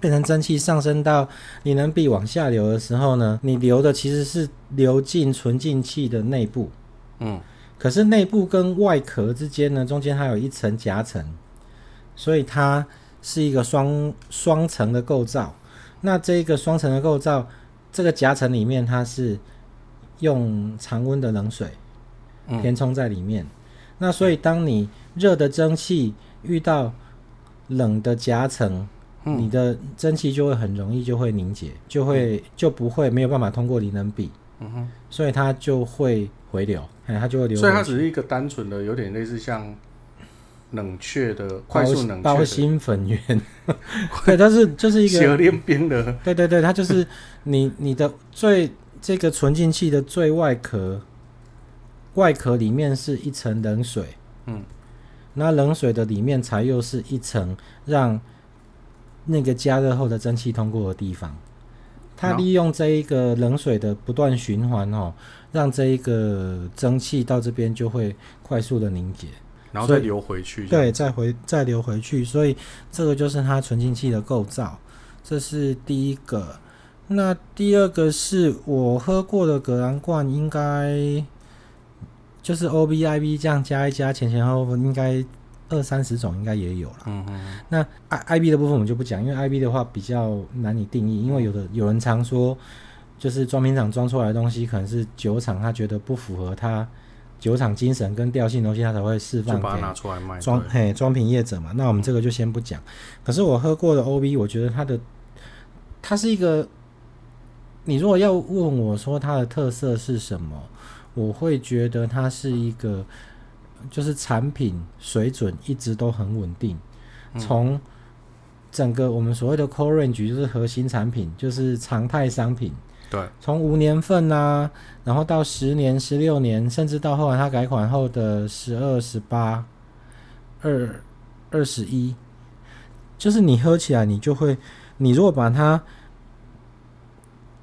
Speaker 2: 变成蒸汽上升到你能壁往下流的时候呢，你流的其实是流进纯净器的内部，
Speaker 1: 嗯
Speaker 2: 可是内部跟外壳之间呢，中间还有一层夹层，所以它是一个双双层的构造。那这个双层的构造，这个夹层里面它是用常温的冷水
Speaker 1: 嗯
Speaker 2: 填充在里面。那所以当你热的蒸汽遇到冷的夹层，你
Speaker 1: 嗯
Speaker 2: 的蒸汽就会很容易就会凝结，就会就不会没有办法通过磷能比，
Speaker 1: 嗯哼，
Speaker 2: 所以它就会回流，哎，它就会流回
Speaker 1: 所
Speaker 2: 去。
Speaker 1: 以它只是一个单纯的，有点类似像冷却的快速冷
Speaker 2: 包包
Speaker 1: 却
Speaker 2: 新
Speaker 1: <laughs>
Speaker 2: 粉圆， <laughs> 对，它是就是
Speaker 1: 的
Speaker 2: 一
Speaker 1: 斜
Speaker 2: 个，
Speaker 1: 链边的，
Speaker 2: 对对对，它就是你你的最这个纯净器的最外壳，外壳里面是一层冷水，
Speaker 1: 嗯，
Speaker 2: 那冷水的里面才又是一层让那个加热后的蒸汽通过的地方。它
Speaker 1: 那
Speaker 2: 利用这一个冷水的不断循环哦，让这一个蒸汽到这边就会快速的凝结，
Speaker 1: 然后
Speaker 2: 所以
Speaker 1: 再流回去。
Speaker 2: 对，，再回再流回去，所以这个就是它纯净器的构造，这是第一个。那第二个是我喝过的格兰冠，应该就是 O B I B 这样加一加，前前后后应该二三十种应该也有了。
Speaker 1: 嗯嗯
Speaker 2: 那 I I B 的部分我们就不讲，因为 I B 的话比较难以定义，因为有的有人常说，就是装瓶厂装出来的东西，可能是酒厂他觉得不符合他酒厂精神跟调性的东西，他才会释
Speaker 1: 嗯，就
Speaker 2: 放
Speaker 1: 把它
Speaker 2: 给
Speaker 1: 拿出来卖。
Speaker 2: 装
Speaker 1: 对
Speaker 2: 嘿装瓶业者嘛。那我们这个就先不讲。可是我喝过的 OB，我觉得它的它是一个，你如果要问我说它的特色是什么，我会觉得它是一个，就是产品水准一直都很稳定，
Speaker 1: 嗯
Speaker 2: 从。整个我们所谓的 core range 就是核心产品，就是常态商品，
Speaker 1: 对，
Speaker 2: 从无年份啊，然后到十年、十六年，甚至到后来它改款后的十二、十八、二二十一，就是你喝起来，你就会，你如果把它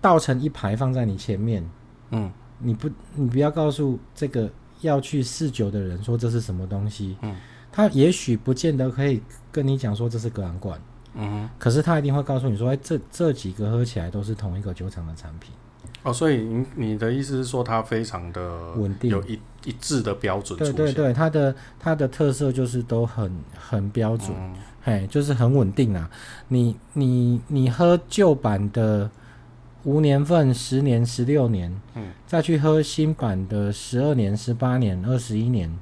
Speaker 2: 倒成一排放在你前面，
Speaker 1: 嗯
Speaker 2: 你不，你不要告诉这个要去试酒的人说这是什么东西，
Speaker 1: 嗯，
Speaker 2: 他也许不见得可以跟你讲说这是格兰冠，
Speaker 1: 嗯
Speaker 2: 可是他一定会告诉你说，哎，这这几个喝起来都是同一个酒厂的产品。
Speaker 1: 哼，哦，所以你你的意思是说它非常的
Speaker 2: 稳定
Speaker 1: 有一一致的标准出
Speaker 2: 对
Speaker 1: 现。
Speaker 2: 对对，它的它的特色就是都很很标准，
Speaker 1: 嗯
Speaker 2: 嘿，就是很稳定啊。你你你喝旧版的无年份十年、十六年，
Speaker 1: 嗯，
Speaker 2: 再去喝新版的十二年、十八年、二十一年，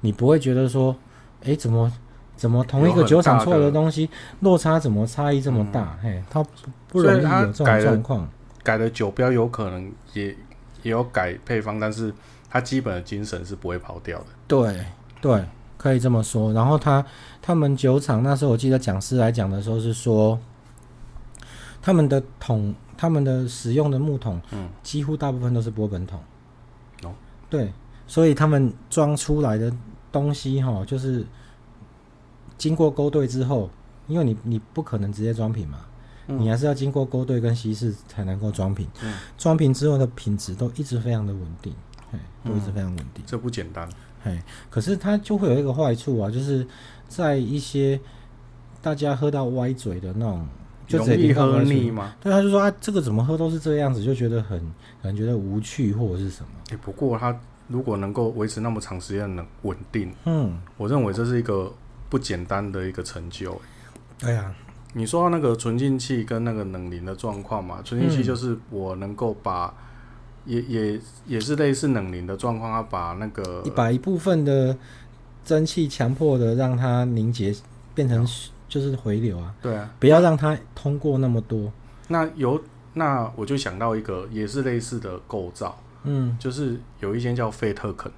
Speaker 2: 你不会觉得说，诶，怎么怎么同一
Speaker 1: 有
Speaker 2: 个
Speaker 1: 很
Speaker 2: 酒厂
Speaker 1: 大
Speaker 2: 出来的
Speaker 1: 的
Speaker 2: 东西落差怎么差异这么大？嘿，它不不
Speaker 1: 所以
Speaker 2: 容易
Speaker 1: 它
Speaker 2: 有这
Speaker 1: 改
Speaker 2: 种
Speaker 1: 了
Speaker 2: 状况。
Speaker 1: 改了酒标有可能也也有改配方，但是它基本的精神是不会跑掉的。
Speaker 2: 对对，可以这么说。然后他他们酒厂那时候我记得讲师来讲的时候是说，他们的桶，他们的使用的木桶，
Speaker 1: 嗯
Speaker 2: 几乎大部分都是波本桶。
Speaker 1: 哦，
Speaker 2: 对，所以他们装出来的东西哈，就是经过勾兑之后，因为你你不可能直接装瓶嘛，
Speaker 1: 嗯
Speaker 2: 你还是要经过勾兑跟稀释才能够装瓶
Speaker 1: 嗯。
Speaker 2: 装、瓶之后的品质都一直非常的稳定，嘿都一直
Speaker 1: 嗯
Speaker 2: 非常稳定。
Speaker 1: 这不简单。
Speaker 2: 嘿，可是它就会有一个坏处啊，就是在一些大家喝到歪嘴的那种，就
Speaker 1: 容
Speaker 2: 直接
Speaker 1: 易
Speaker 2: 淋到
Speaker 1: 喝
Speaker 2: 歪嘴
Speaker 1: 腻。吗？
Speaker 2: 对，他就说啊，这个怎么喝都是这样子，就觉得很可能觉得无趣或者是什么。
Speaker 1: 哎、不过它如果能够维持那么长时间能稳定，
Speaker 2: 嗯，
Speaker 1: 我认为这是一个不简单的一个成就、欸
Speaker 2: 对啊呀、
Speaker 1: 你说到那个纯净器跟那个冷凝的状况嘛，纯
Speaker 2: 嗯
Speaker 1: 净器就是我能够把，也也也是类似冷凝的状况，它把那个
Speaker 2: 你把一部分的蒸汽强迫的让它凝结，变成就是回流啊，
Speaker 1: 对啊，
Speaker 2: 不要让它通过那么多。
Speaker 1: 那有那我就想到一个也是类似的构造，
Speaker 2: 嗯
Speaker 1: 就是有一间叫费特肯，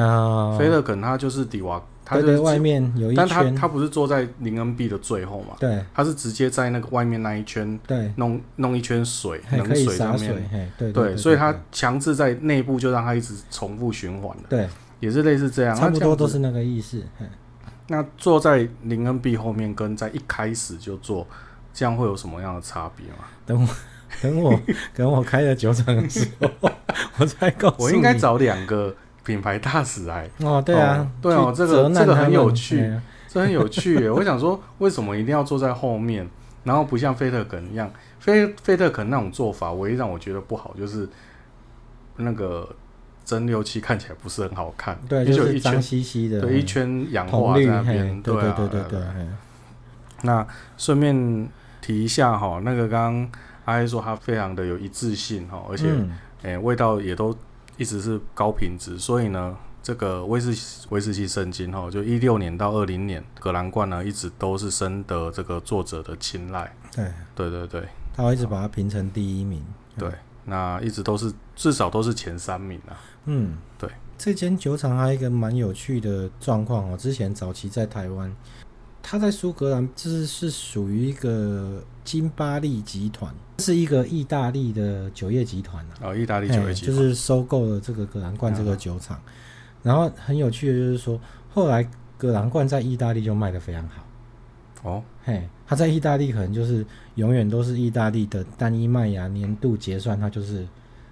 Speaker 2: 啊，
Speaker 1: 费特肯它就是底瓦，它
Speaker 2: 对
Speaker 1: 就
Speaker 2: 对，
Speaker 1: 是
Speaker 2: 外面有一
Speaker 1: 但它
Speaker 2: 圈，
Speaker 1: 它不是坐在林恩币的最后嘛，
Speaker 2: 对
Speaker 1: 它是直接在那个外面那一圈
Speaker 2: 对，
Speaker 1: 弄弄一圈水，
Speaker 2: 还
Speaker 1: 冷
Speaker 2: 可以
Speaker 1: 水
Speaker 2: 洒
Speaker 1: 上
Speaker 2: 水，
Speaker 1: 面，
Speaker 2: 嘿，对
Speaker 1: 对，
Speaker 2: 对，
Speaker 1: 所以它
Speaker 2: 对
Speaker 1: 强制在内部就让它一直重复循环的，
Speaker 2: 对。
Speaker 1: 也是类似这样，
Speaker 2: 差不
Speaker 1: 那这样子
Speaker 2: 多都是那个意思。嘿
Speaker 1: 那坐在林恩币后面跟在一开始就做，这样会有什么样的差别吗？
Speaker 2: 等我
Speaker 1: <laughs>
Speaker 2: 等我等我开了酒厂的时候，我再告诉你。
Speaker 1: 我应该找两个品牌大使来，
Speaker 2: 哦，对啊
Speaker 1: 哦，对哦
Speaker 2: 去
Speaker 1: 这个
Speaker 2: 责难
Speaker 1: 这个
Speaker 2: 他
Speaker 1: 很
Speaker 2: 们
Speaker 1: 有趣
Speaker 2: 哎呀
Speaker 1: 这很有趣耶。我想说，为什么一定要坐在后面？然后不像菲特肯一样，菲菲特肯那种做法，唯一让我觉得不好就是那个蒸馏器看起来不是很好看，
Speaker 2: 对，
Speaker 1: 也
Speaker 2: 就
Speaker 1: 有
Speaker 2: 是
Speaker 1: 一
Speaker 2: 脏
Speaker 1: 圈
Speaker 2: 兮兮的，
Speaker 1: 对一
Speaker 2: 哎
Speaker 1: 圈氧
Speaker 2: 铜
Speaker 1: 化在
Speaker 2: 绿，
Speaker 1: 那
Speaker 2: 嘿
Speaker 1: 边，
Speaker 2: 对
Speaker 1: 啊
Speaker 2: 对对
Speaker 1: 对
Speaker 2: 对，
Speaker 1: 啊。
Speaker 2: 哎
Speaker 1: 那顺便提一下哈，那个刚刚阿黑说他非常的有一致性哈，而且
Speaker 2: 嗯
Speaker 1: 诶、哎味道也都一直是高品质，所以呢，这个威士威士忌圣经哈，就一六年到二零年，葛兰冠呢一直都是深得这个作者的青睐。
Speaker 2: 对，
Speaker 1: 对对对
Speaker 2: 他会一直把它评成第一名。
Speaker 1: 对，那一直都是至少都是前三名啊。
Speaker 2: 嗯，
Speaker 1: 对。
Speaker 2: 这间酒厂还有一个蛮有趣的状况哦，之前早期在台湾，它在苏格兰就是是属于一个金巴利集团，是一个意大利的酒业集团啊，
Speaker 1: 然后意大利酒
Speaker 2: 哎
Speaker 1: 业集
Speaker 2: 就
Speaker 1: 团，
Speaker 2: 是收购了这个葛兰冠这个酒厂。然后很有趣的就是说，后来葛兰冠在意大利就卖得非常好。
Speaker 1: 哦，
Speaker 2: 嘿，它在意大利可能就是永远都是意大利的单一麦芽年度结算，它就是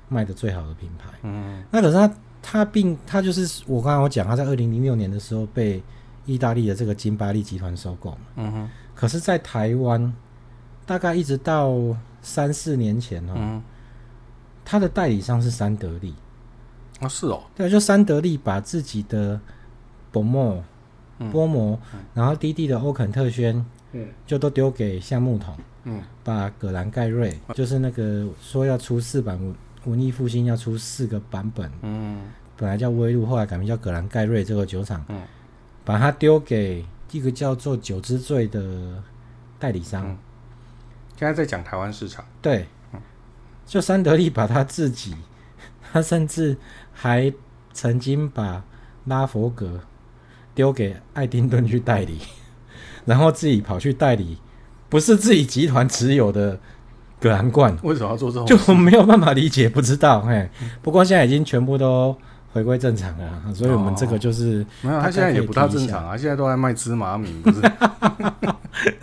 Speaker 2: 卖的最好的品牌。
Speaker 1: 嗯
Speaker 2: 那可是他他并他就是我刚刚我讲他在二零零六年的时候被意大利的这个金巴利集团收购嘛，
Speaker 1: 嗯哼
Speaker 2: 可是，在台湾大概一直到三四年前哦，
Speaker 1: 嗯，
Speaker 2: 他的代理商是三得利，
Speaker 1: 啊是哦，
Speaker 2: 对，就三得利把自己的薄膜
Speaker 1: 嗯
Speaker 2: 波摩，然后低地的欧肯特轩
Speaker 1: 嗯
Speaker 2: 就都丢给橡木桶，
Speaker 1: 嗯
Speaker 2: 把葛兰盖瑞就是那个说要出四版文文艺复兴要出四个版本
Speaker 1: 嗯
Speaker 2: 本来叫威路，后来改名叫葛兰盖瑞这个酒厂，
Speaker 1: 嗯
Speaker 2: 把它丢给一个叫做酒之最的代理商，
Speaker 1: 嗯现在在讲台湾市场，
Speaker 2: 对，就三得利把他自己， <laughs> 他甚至还曾经把拉佛格丢给爱丁顿去代理， <laughs> 然后自己跑去代理不是自己集团持有的葛兰冠，
Speaker 1: 为什么要做这种？
Speaker 2: 就没有办法理解，不知道嘿。不过现在已经全部都回归正常了，所以我们这个就是、
Speaker 1: 没有，他现在也不大正常啊，现在都在卖芝麻米，
Speaker 2: <laughs>
Speaker 1: 不是？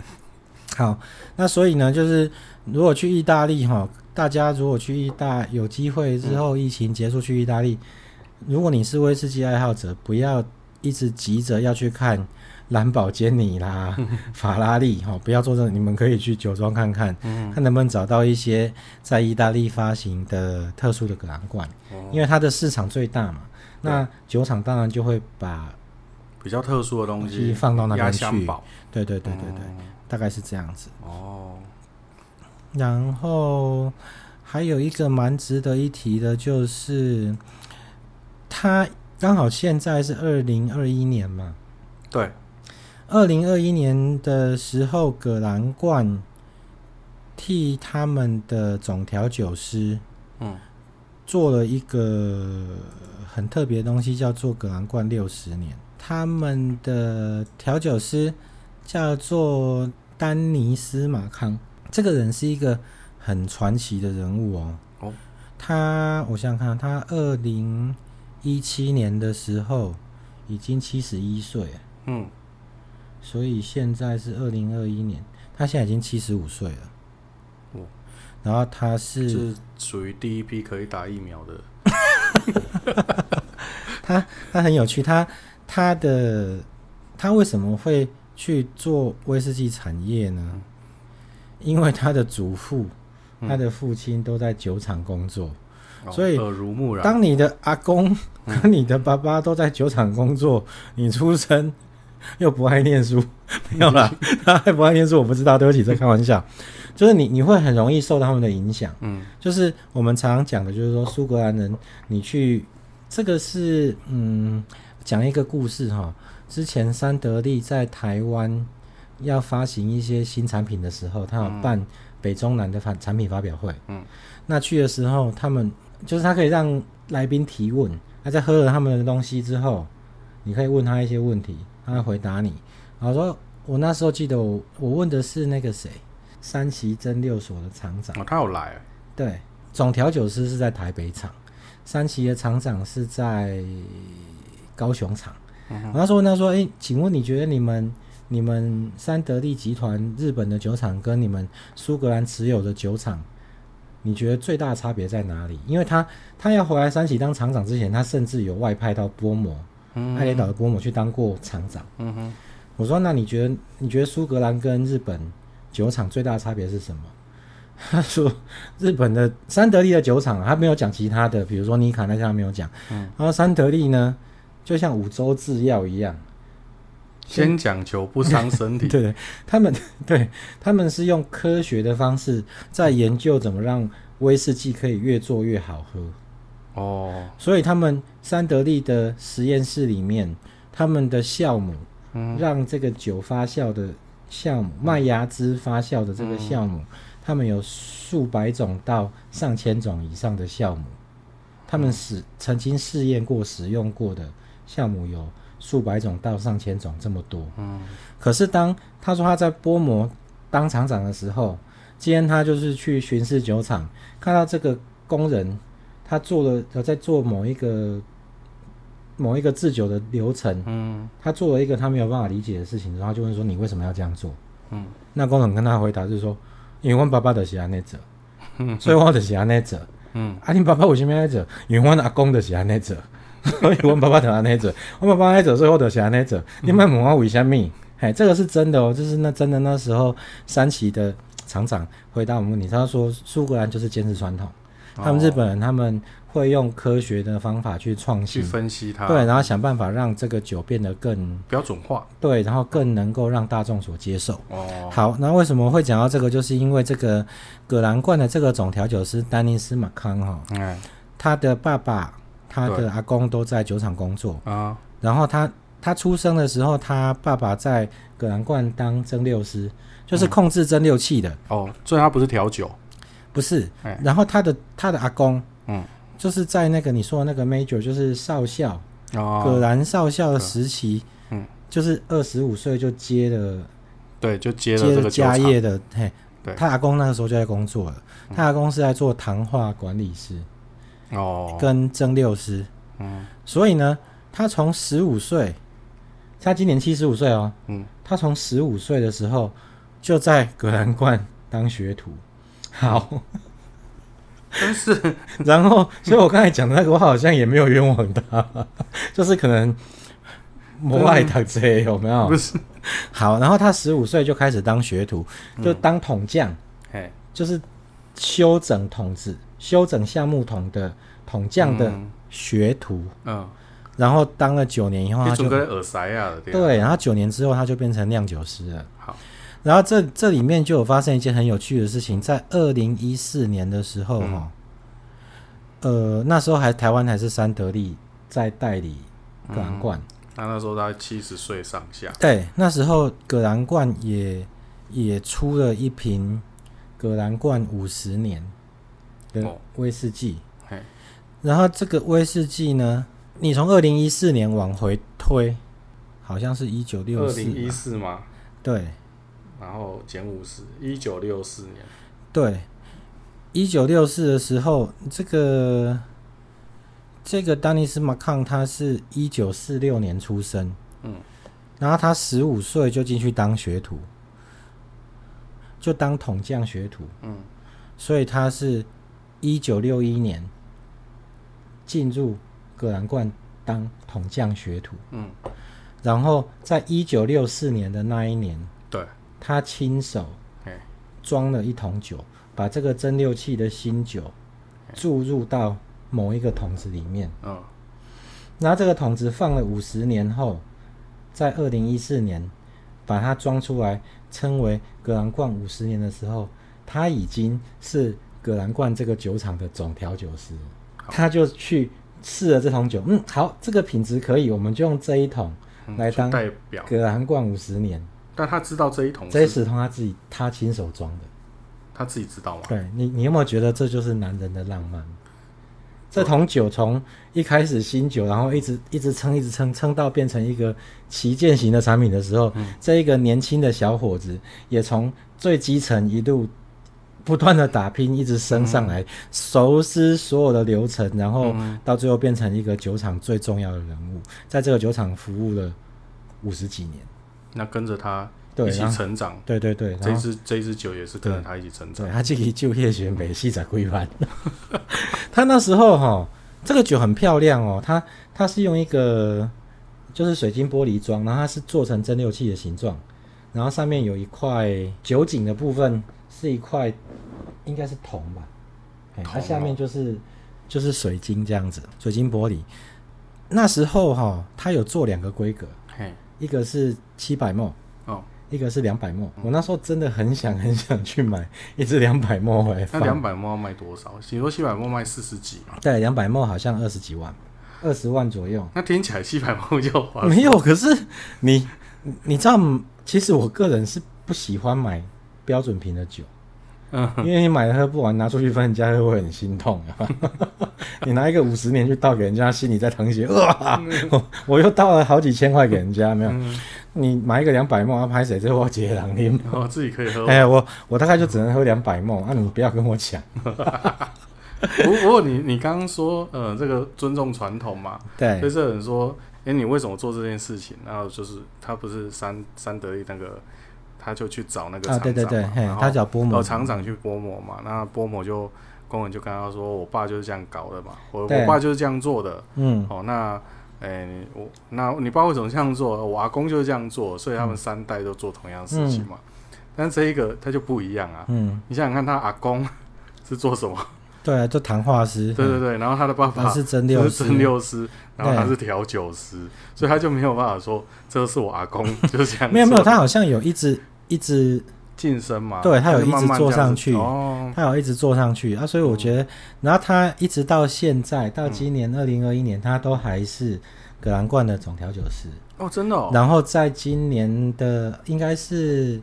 Speaker 2: 好。那所以呢，就是如果去意大利哈，大家如果去意大有机会
Speaker 1: 嗯
Speaker 2: 之后，疫情结束去意大利，如果你是威士忌爱好者，不要一直急着要去看。兰博基
Speaker 1: <laughs>
Speaker 2: 尼啦，法拉利哈、不要做这种，你们可以去酒庄看看，
Speaker 1: 嗯
Speaker 2: 看能不能找到一些在意大利发行的特殊的格兰罐。因
Speaker 1: 哦
Speaker 2: 为它的市场最大嘛，
Speaker 1: 对
Speaker 2: 那酒厂当然就会把，
Speaker 1: 比较特殊的东
Speaker 2: 东西
Speaker 1: 西
Speaker 2: 放到那边
Speaker 1: 压
Speaker 2: 去
Speaker 1: 箱宝。
Speaker 2: 对对对对对，
Speaker 1: 嗯
Speaker 2: 大概是这样子。
Speaker 1: 哦，
Speaker 2: 然后还有一个蛮值得一提的，就是它刚好现在是二零二一年嘛，
Speaker 1: 对，
Speaker 2: 二零二一年的时候，葛兰冠替他们的总调酒师
Speaker 1: 嗯
Speaker 2: 做了一个很特别的东西，叫做葛兰冠六十年。他们的调酒师叫做丹尼斯马康，这个人是一个很传奇的人物哦。
Speaker 1: 哦
Speaker 2: 他我想想看，他二零一七年的时候已经七十一岁了，
Speaker 1: 嗯，
Speaker 2: 所以现在是二零二一年，他现在已经七十五岁了。
Speaker 1: 哦
Speaker 2: 然后他是
Speaker 1: 是属于第一批可以打疫苗的。
Speaker 2: 他很有趣，他他的他为什么会去做威士忌产业呢
Speaker 1: 嗯？
Speaker 2: 因为他的祖父、
Speaker 1: 嗯
Speaker 2: 他的父亲都在酒厂工作，
Speaker 1: 哦
Speaker 2: 所以
Speaker 1: 耳濡目染，
Speaker 2: 当你的阿公
Speaker 1: 嗯
Speaker 2: 跟你的爸爸都在酒厂工作，你出生 <laughs> 又不爱念书，
Speaker 1: 嗯
Speaker 2: 没有啦， <laughs> 他还不爱念书，我不知道，对不起，在开玩笑。就是你你会很容易受到他们的影响，
Speaker 1: 嗯
Speaker 2: 就是我们常常讲的，就是说苏格兰人，你去这个是嗯，讲一个故事哈。之前三得利在台湾要发行一些新产品的时候，他有
Speaker 1: 嗯
Speaker 2: 办北中南的产产品发表会，
Speaker 1: 嗯，
Speaker 2: 那去的时候，他们就是他可以让来宾提问，他在喝了他们的东西之后，你可以问他一些问题，他会回答你。然后说，我那时候记得我我问的是那个谁，山崎蒸馏所的厂长，
Speaker 1: 哦，他有来，
Speaker 2: 对，总调酒师是在台北厂，山崎的厂长是在高雄厂。
Speaker 1: 嗯
Speaker 2: 我那时候问他说：“哎、请问你觉得你们你们三得利集团日本的酒厂跟你们苏格兰持有的酒厂，你觉得最大的差别在哪里？”因为他他要回来山崎当厂长之前，他甚至有外派到波摩、
Speaker 1: 嗯
Speaker 2: 爱雷岛的波摩去当过厂长。
Speaker 1: 嗯哼，
Speaker 2: 我说：“那你觉得你觉得苏格兰跟日本酒厂最大的差别是什么？” <laughs> 他说：“日本的三得利的酒厂啊，他没有讲其他的，比如说尼卡那些他没有讲。
Speaker 1: 嗯
Speaker 2: 然后三得利呢，就像五洲制药一样，
Speaker 1: 先讲求不伤身体，
Speaker 2: <laughs> 对，他们对他们是用科学的方式在研究怎么让威士忌可以越做越好喝。
Speaker 1: 哦，
Speaker 2: 所以他们三得利的实验室里面，他们的酵母
Speaker 1: 嗯
Speaker 2: 让这个酒发酵的酵母、麦芽汁发酵的这个酵母，他们有数百种到上千种以上的酵母，他们使曾经试验过、使用过的酵母有数百种到上千种这么多。
Speaker 1: 嗯
Speaker 2: 可是当他说他在波摩当厂长的时候，今天他就是去巡视酒厂，看到这个工人他做了呃在做某一个某一个制酒的流程，
Speaker 1: 嗯
Speaker 2: 他做了一个他没有办法理解的事情，然后他就问说你为什么要这样做？
Speaker 1: 嗯
Speaker 2: 那工人跟他回答就是说，因为我爸爸的是安内者，所以我就是安内者。
Speaker 1: 嗯，
Speaker 2: 啊，恁爸爸为什么安尼做？因为阮阿公就是安尼做， <laughs> 所以阮爸爸就安尼做，阮爸爸安尼做，所以我就是安尼做。你莫问我为什么？嘿，这个是真的哦，就是那真的那时候山崎的厂长回答我们问题，他说苏格兰就是坚持传统，他们
Speaker 1: 哦
Speaker 2: 日本人他们会用科学的方法去创
Speaker 1: 去
Speaker 2: 新，
Speaker 1: 分啊析它，
Speaker 2: 对，，然后想办法让这个酒变得更
Speaker 1: 标准化，
Speaker 2: 对，然后更能够让大众所接受。
Speaker 1: 哦，
Speaker 2: 好，那为什么会讲到这个？就是因为这个葛兰冠的这个总调酒师丹尼斯马康哈、
Speaker 1: 哎
Speaker 2: 他的爸爸、他
Speaker 1: 对
Speaker 2: 的阿公都在酒厂工作，
Speaker 1: 啊，
Speaker 2: 然后他他出生的时候，他爸爸在葛兰冠当蒸馏师，
Speaker 1: 嗯
Speaker 2: 就是控制蒸馏器的，
Speaker 1: 哦，所以它不是调酒，
Speaker 2: 不是
Speaker 1: 哎。
Speaker 2: 然后他的他的阿公，
Speaker 1: 嗯，
Speaker 2: 就是在那个你说的那个 major，就是少校、葛
Speaker 1: 哦，
Speaker 2: 兰少校的时期，
Speaker 1: 嗯，
Speaker 2: 就是二十五岁就接了
Speaker 1: 对，就接了
Speaker 2: 接
Speaker 1: 这个
Speaker 2: 了
Speaker 1: 酒
Speaker 2: 家
Speaker 1: 厂，
Speaker 2: 业的，嘿
Speaker 1: 对，嗯
Speaker 2: 他阿公那个时候就在工作了，他阿公是在做糖化管理师
Speaker 1: 哦，
Speaker 2: 跟蒸馏师，
Speaker 1: 嗯
Speaker 2: 所以呢，他从十五岁，他今年七十五岁哦，
Speaker 1: 嗯，
Speaker 2: 他从十五岁的时候就在葛兰冠当学徒。好，
Speaker 1: 真是，
Speaker 2: <laughs> 然后，所以我刚才讲的那个，我好像也没有冤枉他， <laughs> 就是可能摩爱他这有没有
Speaker 1: 不？是，
Speaker 2: 好，然后他十五岁就开始当学徒，
Speaker 1: 嗯
Speaker 2: 就当桶匠，
Speaker 1: 哎，
Speaker 2: 就是修整桶子、修整橡木桶的桶匠的
Speaker 1: 嗯
Speaker 2: 学徒。
Speaker 1: 嗯，
Speaker 2: 然后当了九年以后，他
Speaker 1: 你准
Speaker 2: 就
Speaker 1: 个耳塞啊的，啊，
Speaker 2: 对，然后九年之后他就变成酿酒师了。
Speaker 1: 好，
Speaker 2: 然后这这里面就有发生一件很有趣的事情，在二零一四年的时候
Speaker 1: 嗯
Speaker 2: 哈、呃，那时候还台湾还是三得利在代理葛兰冠，
Speaker 1: 那那时候大概七十岁上下，
Speaker 2: 对，那时候葛兰冠也也出了一瓶葛兰冠五十年的
Speaker 1: 哦
Speaker 2: 威士忌，
Speaker 1: 嘿，
Speaker 2: 然后这个威士忌呢，你从二零一四年往回推，好像是一九六
Speaker 1: 二
Speaker 2: 四，
Speaker 1: 零一四嘛，
Speaker 2: 对，
Speaker 1: 然后减五十，一九六四年，
Speaker 2: 对，一九六四的时候，这个这个丹尼斯马康他是一九四六年出生，
Speaker 1: 嗯，
Speaker 2: 然后他十五岁就进去当学徒，就当统将学徒，
Speaker 1: 嗯，
Speaker 2: 所以他是一九六一年进入葛兰冠当统将学徒，
Speaker 1: 嗯，
Speaker 2: 然后在一九六四年的那一年，
Speaker 1: 对，
Speaker 2: 他亲手
Speaker 1: 哎，
Speaker 2: 装了一桶酒，把这个蒸馏器的新酒注入到某一个桶子里面，
Speaker 1: 嗯，
Speaker 2: 然后这个桶子放了五十年后，在二零一四年把它装出来，称为格兰冠五十年的时候，他已经是格兰冠这个酒厂的总调酒师了，他就去试了这桶酒，嗯，好，这个品质可以，我们就用这一桶
Speaker 1: 嗯
Speaker 2: 来
Speaker 1: 去
Speaker 2: 当
Speaker 1: 代表，
Speaker 2: 格兰冠五十年，
Speaker 1: 但他知道这一桶
Speaker 2: 这一
Speaker 1: 是
Speaker 2: 桶他自己他亲手装的。
Speaker 1: 他自己知道吗？
Speaker 2: 对你，你有没有觉得这就是男人的浪漫？这桶酒从一开始新酒，然后一直一直撑，一直撑，撑到变成一个旗舰型的产品的时候，
Speaker 1: 嗯
Speaker 2: 这一个年轻的小伙子也从最基层一路不断的打拼，一直升
Speaker 1: 嗯
Speaker 2: 上来，熟知所有的流程，然后到最后变成一个酒厂最重要的人物，在这个酒厂服务了五十几年。
Speaker 1: 那跟着他
Speaker 2: 对
Speaker 1: 一起
Speaker 2: 然后
Speaker 1: 成长，
Speaker 2: 对对对，
Speaker 1: 这
Speaker 2: 然
Speaker 1: 一
Speaker 2: 后
Speaker 1: 支这一支酒也是跟着他一起成
Speaker 2: 对，
Speaker 1: 长。
Speaker 2: 他这个就业选美西仔规范。 <laughs> 他那时候哈、这个酒很漂亮哦，它它是用一个就是水晶玻璃装，然后它是做成蒸馏器的形状，然后上面有一块酒井的部分是一块应该是铜吧，哎它、
Speaker 1: 铜哦
Speaker 2: 下面就是就是水晶这样子，水晶玻璃。那时候哈、它有做两个规格，
Speaker 1: 嘿，
Speaker 2: 一个是七百沫，
Speaker 1: 哦，
Speaker 2: 一个是两百墨，我那时候真的很想 <laughs> 很想去买一支两百墨回来
Speaker 1: 那
Speaker 2: 放。
Speaker 1: 两百沫要卖多少？你说七百沫卖四十几嘛？
Speaker 2: 对，两百墨好像二十几万，二十万左右。
Speaker 1: 那听起来七百沫就划
Speaker 2: <laughs>
Speaker 1: 算
Speaker 2: 没有，可是你你你知道，其实我个人是不喜欢买标准瓶的酒，
Speaker 1: 嗯，
Speaker 2: 因为你买了喝不完，拿出去分人家喝会很心痛 <laughs> 啊。你拿一个五十年去倒给人家，心里在淌血，哇，
Speaker 1: 嗯
Speaker 2: <laughs> 我我又倒了好几千块给人家，没有？你买一个两百墨，啊，拍谁？这我结狼拎。
Speaker 1: 我哦自己可以喝。
Speaker 2: 哎、我我大概就只能喝两百梦，啊，你不要跟
Speaker 1: <laughs>
Speaker 2: 我抢。
Speaker 1: 不不过你你刚刚说，呃，这个尊重传统嘛，
Speaker 2: 对
Speaker 1: 所以这有人说，哎、你为什么做这件事情？然后就是他不是三三得利那个，他就去找那个厂
Speaker 2: 啊，
Speaker 1: 长嘛、
Speaker 2: 对对对，嘿
Speaker 1: 然，后
Speaker 2: 他叫波摩
Speaker 1: 呃，厂长去剥磨嘛，那剥磨就工人就跟他说，我爸就是这样搞的嘛，我
Speaker 2: 对
Speaker 1: 我爸就是这样做的，
Speaker 2: 嗯，
Speaker 1: 哦，那。哎、你我那你爸为什么这样做？我阿公就是这样做，所以他们三代都做同样的事情嘛。但这一个他就不一样啊！
Speaker 2: 嗯，
Speaker 1: 你想想看，他阿公 <laughs> 是做什么？
Speaker 2: 对啊，就谈话师，
Speaker 1: 对对对，然后他的爸爸
Speaker 2: 他是真
Speaker 1: 就
Speaker 2: 六
Speaker 1: 是
Speaker 2: 师，
Speaker 1: 蒸馏师，然后
Speaker 2: 对
Speaker 1: 他是调酒师，所以他就没有办法说这是我阿公 <laughs> 就是这样。
Speaker 2: 没有没有，他好像有一直一直，
Speaker 1: 晋升嘛，
Speaker 2: 对他有
Speaker 1: 就慢慢
Speaker 2: 一直坐
Speaker 1: 这样
Speaker 2: 上
Speaker 1: 子
Speaker 2: 去
Speaker 1: 哦，
Speaker 2: 他有一直做上去啊，所以我觉得，然后他一直到现在，
Speaker 1: 嗯
Speaker 2: 到今年二零二一年，他都还是葛兰冠的总调酒师。
Speaker 1: 哦，真的哦，
Speaker 2: 然后在今年的应该是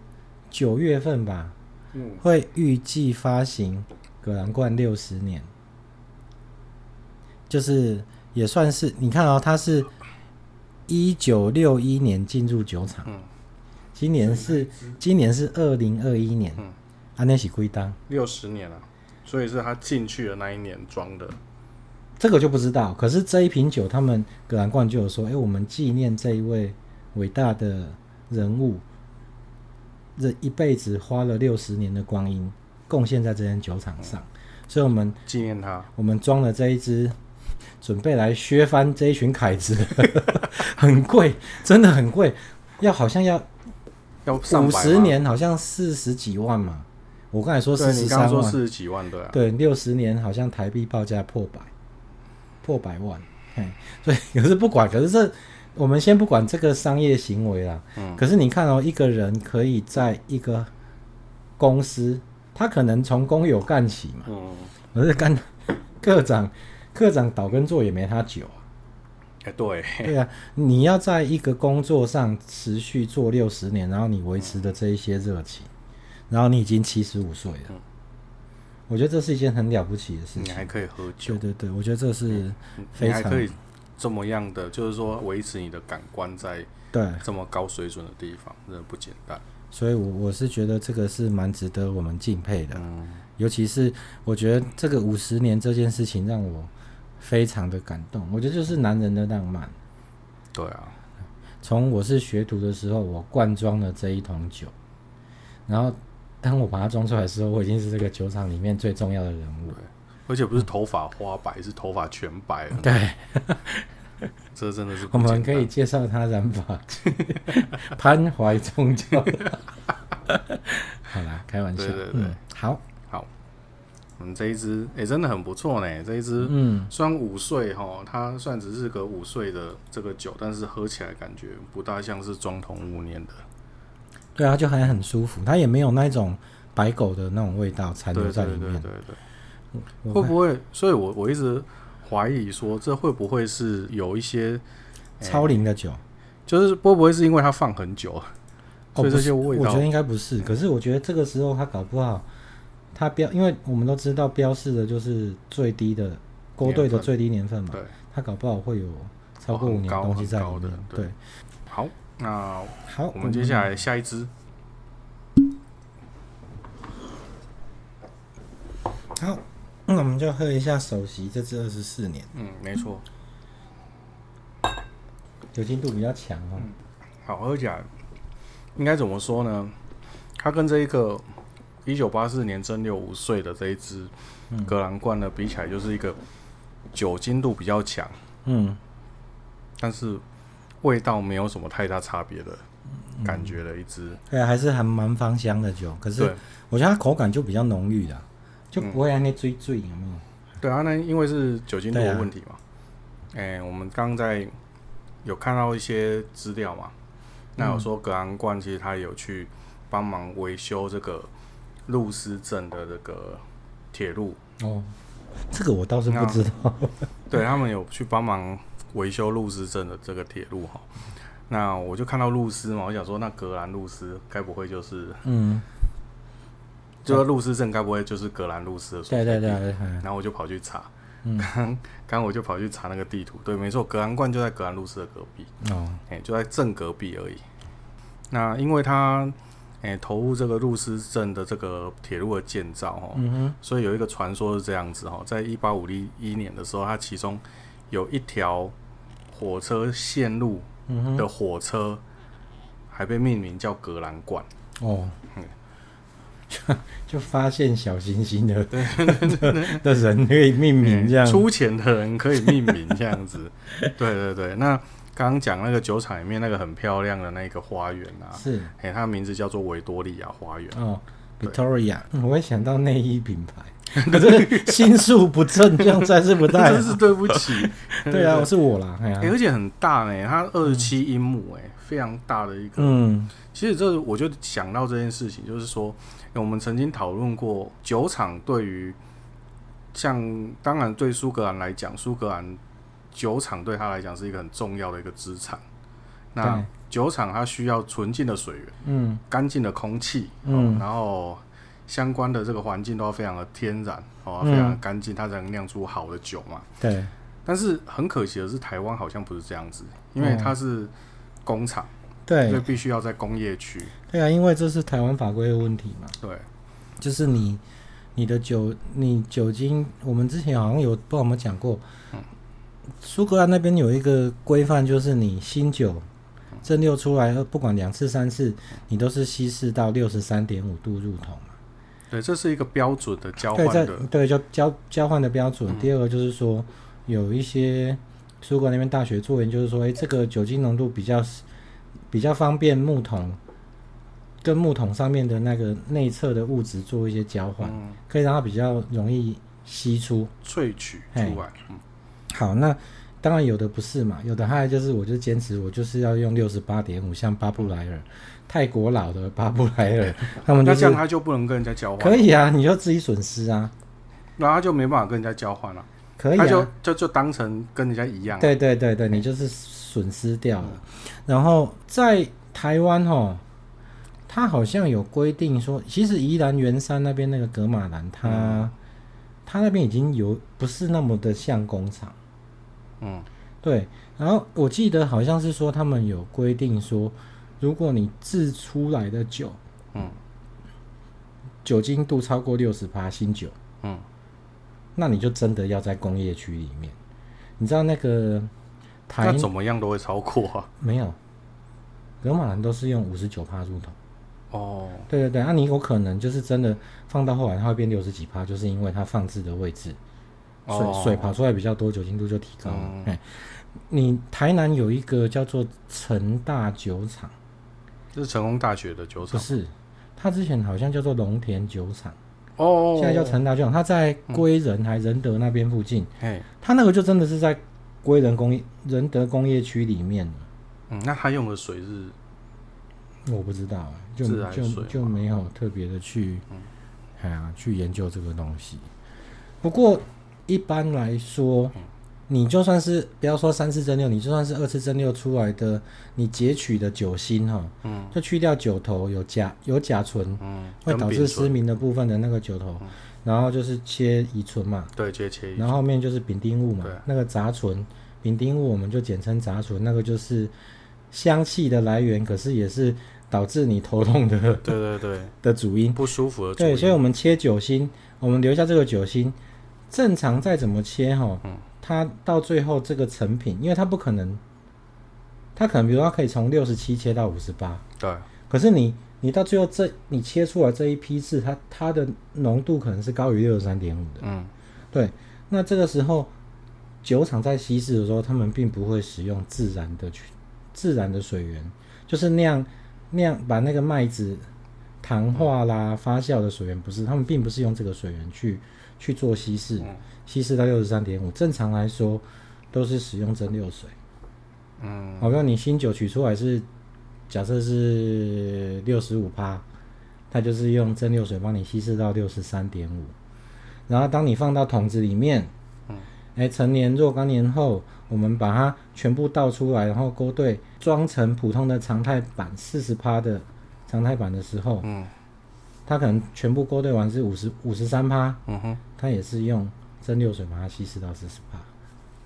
Speaker 2: 九月份吧，
Speaker 1: 嗯，
Speaker 2: 会预计发行葛兰冠六十年，就是也算是你看哦，它是一九六一年进入酒厂，
Speaker 1: 嗯
Speaker 2: 今年是今年是二零二一年啊
Speaker 1: 嗯，
Speaker 2: 安内喜归当，
Speaker 1: 六十年了，所以是他进去的那一年装的，
Speaker 2: 这个就不知道。可是这一瓶酒，他们葛兰冠就有说，哎，我们纪念这一位伟大的人物，这一辈子花了六十年的光阴，贡献在这间酒厂上，
Speaker 1: 嗯
Speaker 2: 所以我们。
Speaker 1: 纪念他。
Speaker 2: 我们装了这一只， <laughs> 准备来削翻这一群凯子， <laughs> 很贵，真的很贵，要好像要
Speaker 1: 要上
Speaker 2: 五
Speaker 1: 百
Speaker 2: 十
Speaker 1: 吗，
Speaker 2: 年，好像四十几万嘛。我刚才说四
Speaker 1: 对
Speaker 2: 十
Speaker 1: 你刚刚
Speaker 2: 三
Speaker 1: 说
Speaker 2: 万，
Speaker 1: 四十几万，对啊，
Speaker 2: 对，六十年好像台币报价破百，破百万，嘿，所以 <laughs> 可是不管，可是这我们先不管这个商业行为啦。
Speaker 1: 嗯
Speaker 2: 可是你看哦，一个人可以在一个公司，他可能从工友干起嘛。
Speaker 1: 嗯，
Speaker 2: 可是干科长，科长倒耕做也没他久啊。
Speaker 1: <laughs> 哎，对，
Speaker 2: 对啊，你要在一个工作上持续做六十年，然后你维持的这一些热情，然后你已经七十五岁了
Speaker 1: 嗯，
Speaker 2: 我觉得这是一件很了不起的事
Speaker 1: 你
Speaker 2: 情。
Speaker 1: 还可以喝酒
Speaker 2: 对，对对，我觉得这是
Speaker 1: 你
Speaker 2: 非
Speaker 1: 还
Speaker 2: 常
Speaker 1: 可以这么样的，就是说维持你的感官在
Speaker 2: 对
Speaker 1: 这么高水准的地方，真的不简单。
Speaker 2: 所以我我是觉得这个是蛮值得我们敬佩的，
Speaker 1: 嗯，
Speaker 2: 尤其是我觉得这个五十年这件事情让我非常的感动，我觉得就是男人的浪漫。
Speaker 1: 对啊，
Speaker 2: 从我是学徒的时候，我灌装了这一桶酒，然后当我把它装出来的时候，我已经是这个酒厂里面最重要的人物了。
Speaker 1: 而且不是头发花白，是头发全白了，
Speaker 2: 对，
Speaker 1: 这真的是不
Speaker 2: 我们
Speaker 1: 简
Speaker 2: 可
Speaker 1: 单
Speaker 2: 以介绍他染发，潘怀宗教。好啦，开玩笑。
Speaker 1: 对对对
Speaker 2: 嗯，好，
Speaker 1: 嗯，这一只哎、真的很不错呢，这一只
Speaker 2: 嗯，
Speaker 1: 虽然五岁哈，它算只是个五岁的这个酒，但是喝起来感觉不大像是装桶五年的，
Speaker 2: 对啊，就还很舒服，它也没有那种白狗的那种味道残
Speaker 1: 对
Speaker 2: 留
Speaker 1: 对
Speaker 2: 在
Speaker 1: 对
Speaker 2: 里
Speaker 1: 对
Speaker 2: 面。
Speaker 1: 对。
Speaker 2: 我
Speaker 1: 会不会？所以我我一直怀疑说，这会不会是有一些，
Speaker 2: 超龄的酒？
Speaker 1: 就是会不会是因为它放很久，
Speaker 2: 哦
Speaker 1: 所以
Speaker 2: 不
Speaker 1: 这
Speaker 2: 是
Speaker 1: 些味
Speaker 2: 我
Speaker 1: 道
Speaker 2: 觉得应该不是，可是我觉得这个时候它搞不好，它标，因为我们都知道标示的就是最低的勾兑
Speaker 1: 年
Speaker 2: 的
Speaker 1: 份
Speaker 2: 最低年份嘛，
Speaker 1: 对，
Speaker 2: 它搞不好会有超过
Speaker 1: 哦
Speaker 2: 五
Speaker 1: 很
Speaker 2: 年
Speaker 1: 高
Speaker 2: 东西
Speaker 1: 很
Speaker 2: 在里
Speaker 1: 高的
Speaker 2: 面。
Speaker 1: 对
Speaker 2: 对，
Speaker 1: 好，那
Speaker 2: 好，嗯
Speaker 1: 我们接下来下一支，
Speaker 2: 好，那我们就喝一下首席这支二十四年，
Speaker 1: 嗯，没错，
Speaker 2: 酒精度比较强哦。
Speaker 1: 好喝起来，应该怎么说呢？它跟这一个一九八四年蒸馏五岁的这一支
Speaker 2: 嗯
Speaker 1: 格兰罐呢比起来，就是一个酒精度比较强，
Speaker 2: 嗯，
Speaker 1: 但是味道没有什么太大差别的感觉的一支，
Speaker 2: 对啊，还是还蛮芳香的酒，可
Speaker 1: 对嗯
Speaker 2: 嗯是。我觉得它口感就比较浓郁的，就不会让你追醉，有没有？
Speaker 1: 对啊，那因为是酒精度
Speaker 2: 对
Speaker 1: 的
Speaker 2: 啊
Speaker 1: 问题嘛，哎、我们刚刚在有看到一些资料嘛，
Speaker 2: 嗯
Speaker 1: 那有说格昂冠其实他有去帮忙维修这个路斯镇的这个铁路，
Speaker 2: 哦，这个我倒是
Speaker 1: 啊
Speaker 2: 不知道。嗯
Speaker 1: 对他们有去帮忙维修路斯镇的这个铁路哈。那我就看到路斯嘛，我想说，那格兰路斯该不会就是， <laughs>
Speaker 2: 嗯，
Speaker 1: 就是路斯镇该不会就是格兰路斯的所
Speaker 2: 对
Speaker 1: 在
Speaker 2: 对
Speaker 1: 地
Speaker 2: 对，对哎对
Speaker 1: 然后我就跑去查，
Speaker 2: 嗯
Speaker 1: 刚刚我就跑去查那个地图，对，没错，格兰冠就在格兰路斯的隔壁，
Speaker 2: 哦，
Speaker 1: 哎、就在正隔壁而已。那因为它哎、投入这个路斯镇的这个铁路的建造哦，
Speaker 2: 嗯哼，
Speaker 1: 所以有一个传说是这样子哦，在一八五一年的时候，它其中有一条火车线路
Speaker 2: 嗯
Speaker 1: 的
Speaker 2: 哼，
Speaker 1: 火车还被命名叫格兰冠，
Speaker 2: 哦
Speaker 1: 嗯，
Speaker 2: <laughs> 就就发现小行星的 <laughs> 的人类命名这样。
Speaker 1: 出钱的人可以命名这样子。 <laughs> 对对对，那刚刚讲那个酒厂里面那个很漂亮的那个花园啊，
Speaker 2: 是
Speaker 1: 哎、它名字叫做维多利亚花园。
Speaker 2: 哦
Speaker 1: 对
Speaker 2: ，Victoria，嗯我会想到内衣品牌， <laughs> 可是心术不正， <laughs> 这样才是不对
Speaker 1: 真。是对不起，
Speaker 2: 对啊，是我啦，哎
Speaker 1: 哎、
Speaker 2: 呀，
Speaker 1: 而且很大呢、它二十七英亩，哎，非常大的一个。
Speaker 2: 嗯，
Speaker 1: 其实这我就想到这件事情，就是说，欸我们曾经讨论过酒厂对于像当然对苏格兰来讲，苏格兰酒厂对他来讲是一个很重要的一个资产。那
Speaker 2: 对
Speaker 1: 酒厂它需要纯净的水源、
Speaker 2: 嗯
Speaker 1: 干净的空气，
Speaker 2: 嗯
Speaker 1: 哦然后相关的这个环境都要非常的天然哦，
Speaker 2: 嗯
Speaker 1: 非常的干净，它才能酿出好的酒嘛。
Speaker 2: 对，
Speaker 1: 但是很可惜的是，台湾好像不是这样子，因为
Speaker 2: 哦
Speaker 1: 它是工厂，所以
Speaker 2: 嗯对，
Speaker 1: 必须要在工业区。
Speaker 2: 对啊，因为这是台湾法规的问题嘛，
Speaker 1: 对，
Speaker 2: 就是你你的酒，你酒精，我们之前好像有不知道有没有讲过，
Speaker 1: 嗯
Speaker 2: 苏格兰那边有一个规范，就是你新酒
Speaker 1: 嗯
Speaker 2: 蒸馏出来，呃不管两次三次，你都是稀释到六十三点五度入桶嘛。
Speaker 1: 对，这是一个标准的交
Speaker 2: 对，
Speaker 1: 换
Speaker 2: 在
Speaker 1: 的，嗯
Speaker 2: 对就交交换的标准。第二个就是说，有一些苏格兰那边大学做研究，就是说，诶，这个酒精浓度比较比较方便木桶跟木桶上面的那个内侧的物质做一些交换。
Speaker 1: 嗯，
Speaker 2: 可以让它比较容易析出。
Speaker 1: 萃取
Speaker 2: 嘿
Speaker 1: 出来，嗯，
Speaker 2: 好，那当然有的不是嘛，有的还就是我就坚持我就是要用六十八点五，像巴布莱尔，泰国佬的巴布莱
Speaker 1: <laughs>
Speaker 2: 尔，他们就
Speaker 1: 那这
Speaker 2: 是
Speaker 1: 样他就不能跟人家交换，
Speaker 2: 可，以啊，你就自己损失啊，
Speaker 1: 那他就没办法跟人家交换了，
Speaker 2: 可以
Speaker 1: 他就嗯
Speaker 2: 啊，
Speaker 1: 就就当成跟人家一样，啊
Speaker 2: 对对对对，你就是损失掉了。然后在台湾哦，它好像有规定说，其实宜兰员山那边那个格马兰，它、
Speaker 1: 嗯
Speaker 2: 它那边已经有不是那么的像工厂。
Speaker 1: 嗯，
Speaker 2: 对，然后我记得好像是说他们有规定说，如果你制出来的酒
Speaker 1: 嗯
Speaker 2: 酒精度超过六十趴新酒，
Speaker 1: 嗯，
Speaker 2: 那你就真的要在工业区里面。你知道那个台
Speaker 1: 那怎么样都会超过啊。
Speaker 2: 没有，格马兰都是用五十九趴入桶。
Speaker 1: 哦，
Speaker 2: 对对对，那、你有可能就是真的放到后来它会变六十几趴，就是因为它放置的位置，水、
Speaker 1: 哦
Speaker 2: 水跑出来比较多，酒精度就提高了。
Speaker 1: 嗯
Speaker 2: 哎，你台南有一个叫做成大酒厂，
Speaker 1: 这是成功大学的酒
Speaker 2: 不
Speaker 1: 厂。
Speaker 2: 是，它之前好像叫做龙田酒厂，
Speaker 1: 哦，
Speaker 2: 现在叫成大酒厂，它在归仁还仁德那边附近，
Speaker 1: 嘿，
Speaker 2: 它那个就真的是在归仁工业仁德工业区里面了。
Speaker 1: 嗯，那他用的水是
Speaker 2: 我不知道啊，就
Speaker 1: 自来水
Speaker 2: 就
Speaker 1: 嘛嗯
Speaker 2: 就没有特别的去，哎呀，去研究这个东西。不过一般来说，
Speaker 1: 嗯
Speaker 2: 你就算是不要说三次蒸馏，你就算是二次蒸馏出来的，你截取的酒心哈，
Speaker 1: 嗯
Speaker 2: 就去掉酒头有甲有甲醇，
Speaker 1: 嗯，
Speaker 2: 会
Speaker 1: 跟
Speaker 2: 导
Speaker 1: 丙
Speaker 2: 致失
Speaker 1: 醇
Speaker 2: 明的部分的那个酒头，然后就是切乙醇嘛，
Speaker 1: 对切切一
Speaker 2: 然后后面就是丙丁物嘛
Speaker 1: 对，
Speaker 2: 那个杂醇，丙丁物我们就简称杂醇，那个就是香气的来源，可是也是导致你头痛的
Speaker 1: 对对对，
Speaker 2: 的主因。
Speaker 1: 不舒服的主
Speaker 2: 对，所以
Speaker 1: 因。
Speaker 2: 我们切酒心，我们留下这个酒心，正常再怎么切哈，
Speaker 1: 嗯
Speaker 2: 它到最后这个成品，因为它不可能，它可能比如说它可以从六十七切到五十八，
Speaker 1: 对，
Speaker 2: 可是你你到最后这你切出来这一批次，它它的浓度可能是高于六十三点五的。
Speaker 1: 嗯
Speaker 2: 对，那这个时候酒厂在稀释的时候，他们并不会使用自然的去自然的水源，就是酿酿把那个麦子糖化啦、发酵的水源，不是他们并不是用这个水源去去做稀释，稀释到六十三点五，正常来说都是使用蒸馏水。
Speaker 1: 嗯，
Speaker 2: 好像你新酒取出来是假设是六十五趴，它就是用蒸馏水帮你稀释到六十三点五，然后当你放到桶子里面，哎，成年若干年后，我们把它全部倒出来，然后勾兑，装成普通的常态版四十趴的常态版的时候，
Speaker 1: 嗯
Speaker 2: 它可能全部勾兑完是五十五十三趴，
Speaker 1: 嗯哼，
Speaker 2: 它也是用蒸馏水把它稀释到四十趴。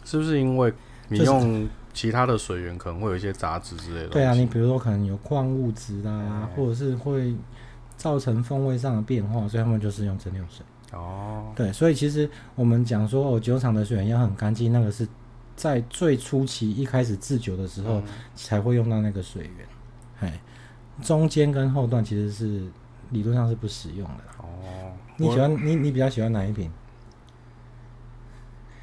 Speaker 1: 是不是因为你
Speaker 2: 就是
Speaker 1: 用其他的水源可能会有一些杂质之类的？哎
Speaker 2: 对啊，你比如说可能有矿物质啦，或者是会造成风味上的变化，所以他们就是用蒸馏水。
Speaker 1: 哦，
Speaker 2: 对，所以其实我们讲说哦，酒厂的水源要很干净，那个是在最初期一开始制酒的时
Speaker 1: 嗯
Speaker 2: 候才会用到那个水源，哎，中间跟后段其实是理论上是不使用的啦。
Speaker 1: 哦，
Speaker 2: 你
Speaker 1: 我
Speaker 2: 喜欢你你比较喜欢哪一瓶？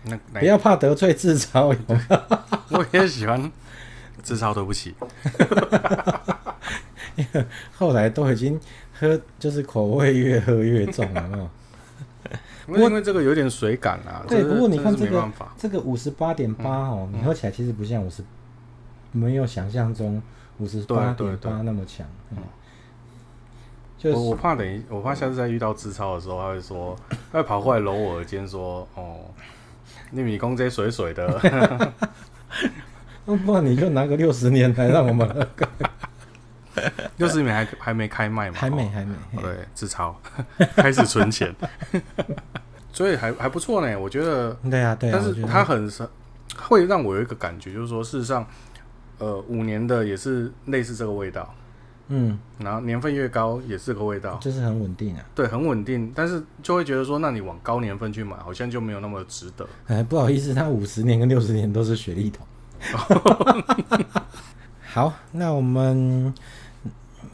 Speaker 1: 那那
Speaker 2: 不要怕得罪自嘲友，
Speaker 1: <laughs>
Speaker 2: <laughs>
Speaker 1: 我也喜欢，至少对不起。
Speaker 2: 后来都已经喝就是口味越喝越重了，有没有？
Speaker 1: 不过因为这个有点水感啊，
Speaker 2: 对
Speaker 1: 这
Speaker 2: 不过你
Speaker 1: 这
Speaker 2: 看
Speaker 1: 是
Speaker 2: 这个
Speaker 1: 没办法，
Speaker 2: 这个五十八点八
Speaker 1: 嗯
Speaker 2: 哦，你喝起来其实不像五十，没有想象中五十八
Speaker 1: 对
Speaker 2: 点
Speaker 1: 对对
Speaker 2: 八那么强。嗯，就
Speaker 1: 我我
Speaker 2: 是
Speaker 1: 怕等一，我怕下次再遇到志超的时候，他会说，他会跑过来揉我的肩说，哦，你米公这水水的， <laughs>
Speaker 2: 那啊不然你就拿个六十年来让
Speaker 1: <laughs>
Speaker 2: 我们喝
Speaker 1: 六十米还还没开卖嘛，
Speaker 2: <laughs> 还没
Speaker 1: 哦
Speaker 2: 还没，
Speaker 1: 对，志超 <laughs> 开始存钱， <laughs> 所以还还不错呢，我觉得，
Speaker 2: 对啊对啊，
Speaker 1: 但
Speaker 2: 我
Speaker 1: 是
Speaker 2: 觉得
Speaker 1: 它很是会让我有一个感觉，就是说，事实上，呃，五年的也是类似这个味道，
Speaker 2: 嗯，
Speaker 1: 然后年份越高也是这个味道，
Speaker 2: 就是很稳定啊。
Speaker 1: 对，很稳定，但是就会觉得说，那你往高年份去买，好像就没有那么值得。
Speaker 2: 哎，不好意思，它五十年跟六十年都是雪莉桶。 <laughs> 好，那我们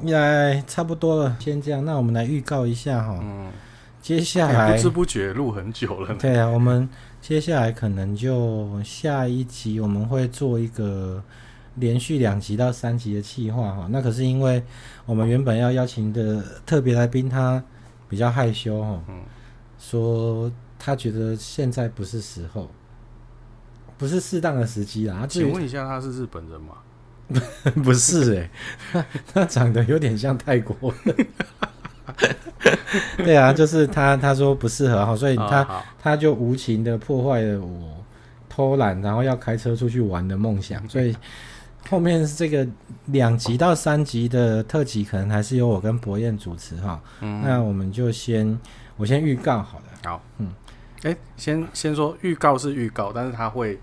Speaker 2: 也差不多了，先这样。那我们来预告一下哈、
Speaker 1: 嗯，
Speaker 2: 接下
Speaker 1: 哎
Speaker 2: 来
Speaker 1: 不知不觉录很久了呢。
Speaker 2: 对啊，我
Speaker 1: 嗯
Speaker 2: 们接下来可能就下一集我们会做一个连续两集到三集的企划哈。那可是因为我们原本要邀请的特别来宾他比较害羞哈，
Speaker 1: 嗯
Speaker 2: 说他觉得现在不是时候，不是适当的时机啦。啊至
Speaker 1: 请
Speaker 2: 于
Speaker 1: 问一下，他是日本人吗？
Speaker 2: <laughs> 不是哎、 <laughs> 他他长得有点像泰国人。 <laughs> 对啊，就是他他说不适合哈，所以
Speaker 1: 啊
Speaker 2: 他。
Speaker 1: 好
Speaker 2: 他就无情的破坏了我偷懒然后要开车出去玩的梦想，
Speaker 1: 嗯
Speaker 2: 所以后面这个两集到三集的特辑可能还是由我跟博彦主持哈。
Speaker 1: 嗯，
Speaker 2: 那我们就先我先预告好了，
Speaker 1: 好，
Speaker 2: 嗯
Speaker 1: 嗯，哎，先先说预告是预告，但是他会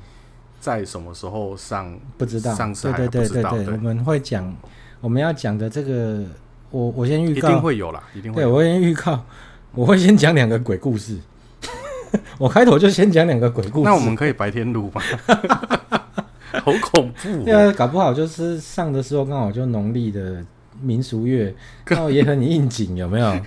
Speaker 1: 在什么时候上？
Speaker 2: 不知道，
Speaker 1: 上次
Speaker 2: 对
Speaker 1: 还
Speaker 2: 对
Speaker 1: 不
Speaker 2: 对
Speaker 1: 知道
Speaker 2: 对，
Speaker 1: 对
Speaker 2: 我们会讲。我们要讲的这个，我我先预
Speaker 1: 一定
Speaker 2: 告，
Speaker 1: 会有啦，一定会
Speaker 2: 对
Speaker 1: 有。
Speaker 2: 我先预告，我会先讲两个鬼故事。 <laughs> 我开头就先讲两个鬼故事。
Speaker 1: 那我们可以白天录
Speaker 2: <laughs>
Speaker 1: 吗？好恐怖、
Speaker 2: 对
Speaker 1: 哦！
Speaker 2: 啊，搞不好就是上的时候刚好就农历的民俗
Speaker 1: <laughs>
Speaker 2: 月，刚好也很应景，有没有？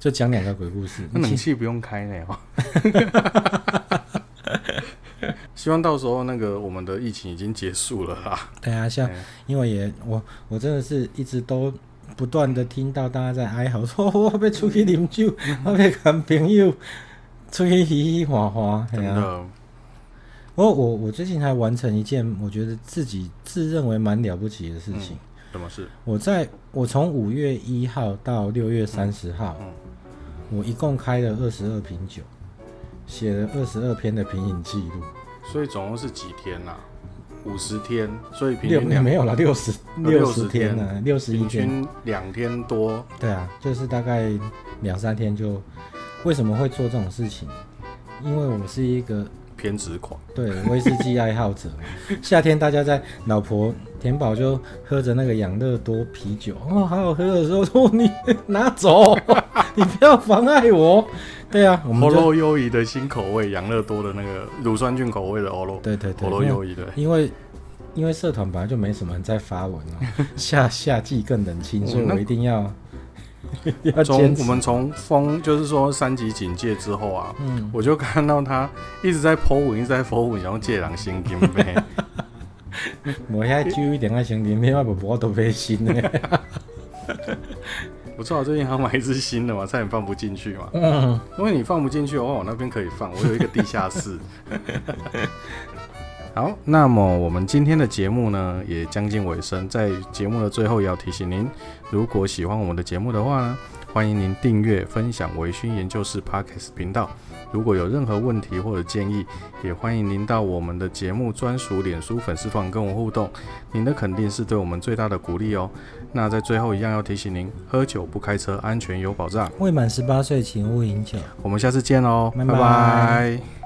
Speaker 2: 就讲两个鬼故事。
Speaker 1: <laughs> 那冷气不用开呢哦。
Speaker 2: <laughs>
Speaker 1: 希望到时候那个我们的疫情已经结束了啦。
Speaker 2: 对啊，像
Speaker 1: 哎
Speaker 2: 因为也我我真的是一直都不断的听到大家在哀嚎说，哦我要出去啉酒，
Speaker 1: 嗯
Speaker 2: 我要跟朋友出去嘻嘻哈哈。
Speaker 1: 真
Speaker 2: 对啊。
Speaker 1: 的，
Speaker 2: 我我我最近还完成一件我觉得自己自认为蛮了不起的事情。
Speaker 1: 什么事？
Speaker 2: 我在我从五月一号到六月三十号，
Speaker 1: 嗯
Speaker 2: 我一共开了二十二瓶酒，写了二十二篇的品饮记录，
Speaker 1: 所以总共是几天啦、五十天，所以平
Speaker 2: 六
Speaker 1: 均两
Speaker 2: 没有了六十
Speaker 1: 呃
Speaker 2: 六
Speaker 1: 60
Speaker 2: 十天呢、啊，哦六十一
Speaker 1: 平
Speaker 2: 天，
Speaker 1: 均两天多。
Speaker 2: 对啊，就是大概两三天就。为什么会做这种事情？因为我是一个
Speaker 1: 偏执狂，
Speaker 2: 对，威士忌爱好者。 <laughs> 夏天大家在老婆田宝就喝着那个养乐多啤酒，哦，好好喝的时候说你 <laughs> 拿走， <laughs> 你不要妨碍我。对啊，我们
Speaker 1: 欧
Speaker 2: 就
Speaker 1: 罗优怡的新口味，养乐多的那个乳酸菌口味的欧罗，
Speaker 2: 对对对
Speaker 1: 欧，罗
Speaker 2: 因为
Speaker 1: 优怡的，
Speaker 2: 因为因为社团本来就没什么人在发文哦， <laughs> 夏夏季更冷清，所以
Speaker 1: 那
Speaker 2: 我一定要一定 <laughs> 要
Speaker 1: 从
Speaker 2: 坚
Speaker 1: 我
Speaker 2: 持。
Speaker 1: 们从封，就是说三级警戒之后啊，
Speaker 2: 嗯，
Speaker 1: 我就看到他一直在剖文，一直在剖文，然后借狼心金杯，
Speaker 2: 我现在揪一点爱情，明天要把我都飞心呢。
Speaker 1: <laughs> 我正好最近还要买一只新的嘛，差点放不进去嘛。
Speaker 2: <laughs> 嗯，
Speaker 1: 因为你放不进去的话，我那边可以放，我有一个地下室。 <laughs> 好，那么我们今天的节目呢，也将近尾声。在节目的最后，也要提醒您，如果喜欢我们的节目的话呢，欢迎您订阅、分享微醺研究室 Podcast 频道。如果有任何问题或者建议，也欢迎您到我们的节目专属脸书粉丝团跟我互动。您的肯定是对我们最大的鼓励哦。那在最后一样要提醒您，喝酒不开车，安全有保障。
Speaker 2: 未满十八岁请勿饮酒。
Speaker 1: 我们下次见喽，
Speaker 2: 哦拜
Speaker 1: 拜
Speaker 2: 拜
Speaker 1: 拜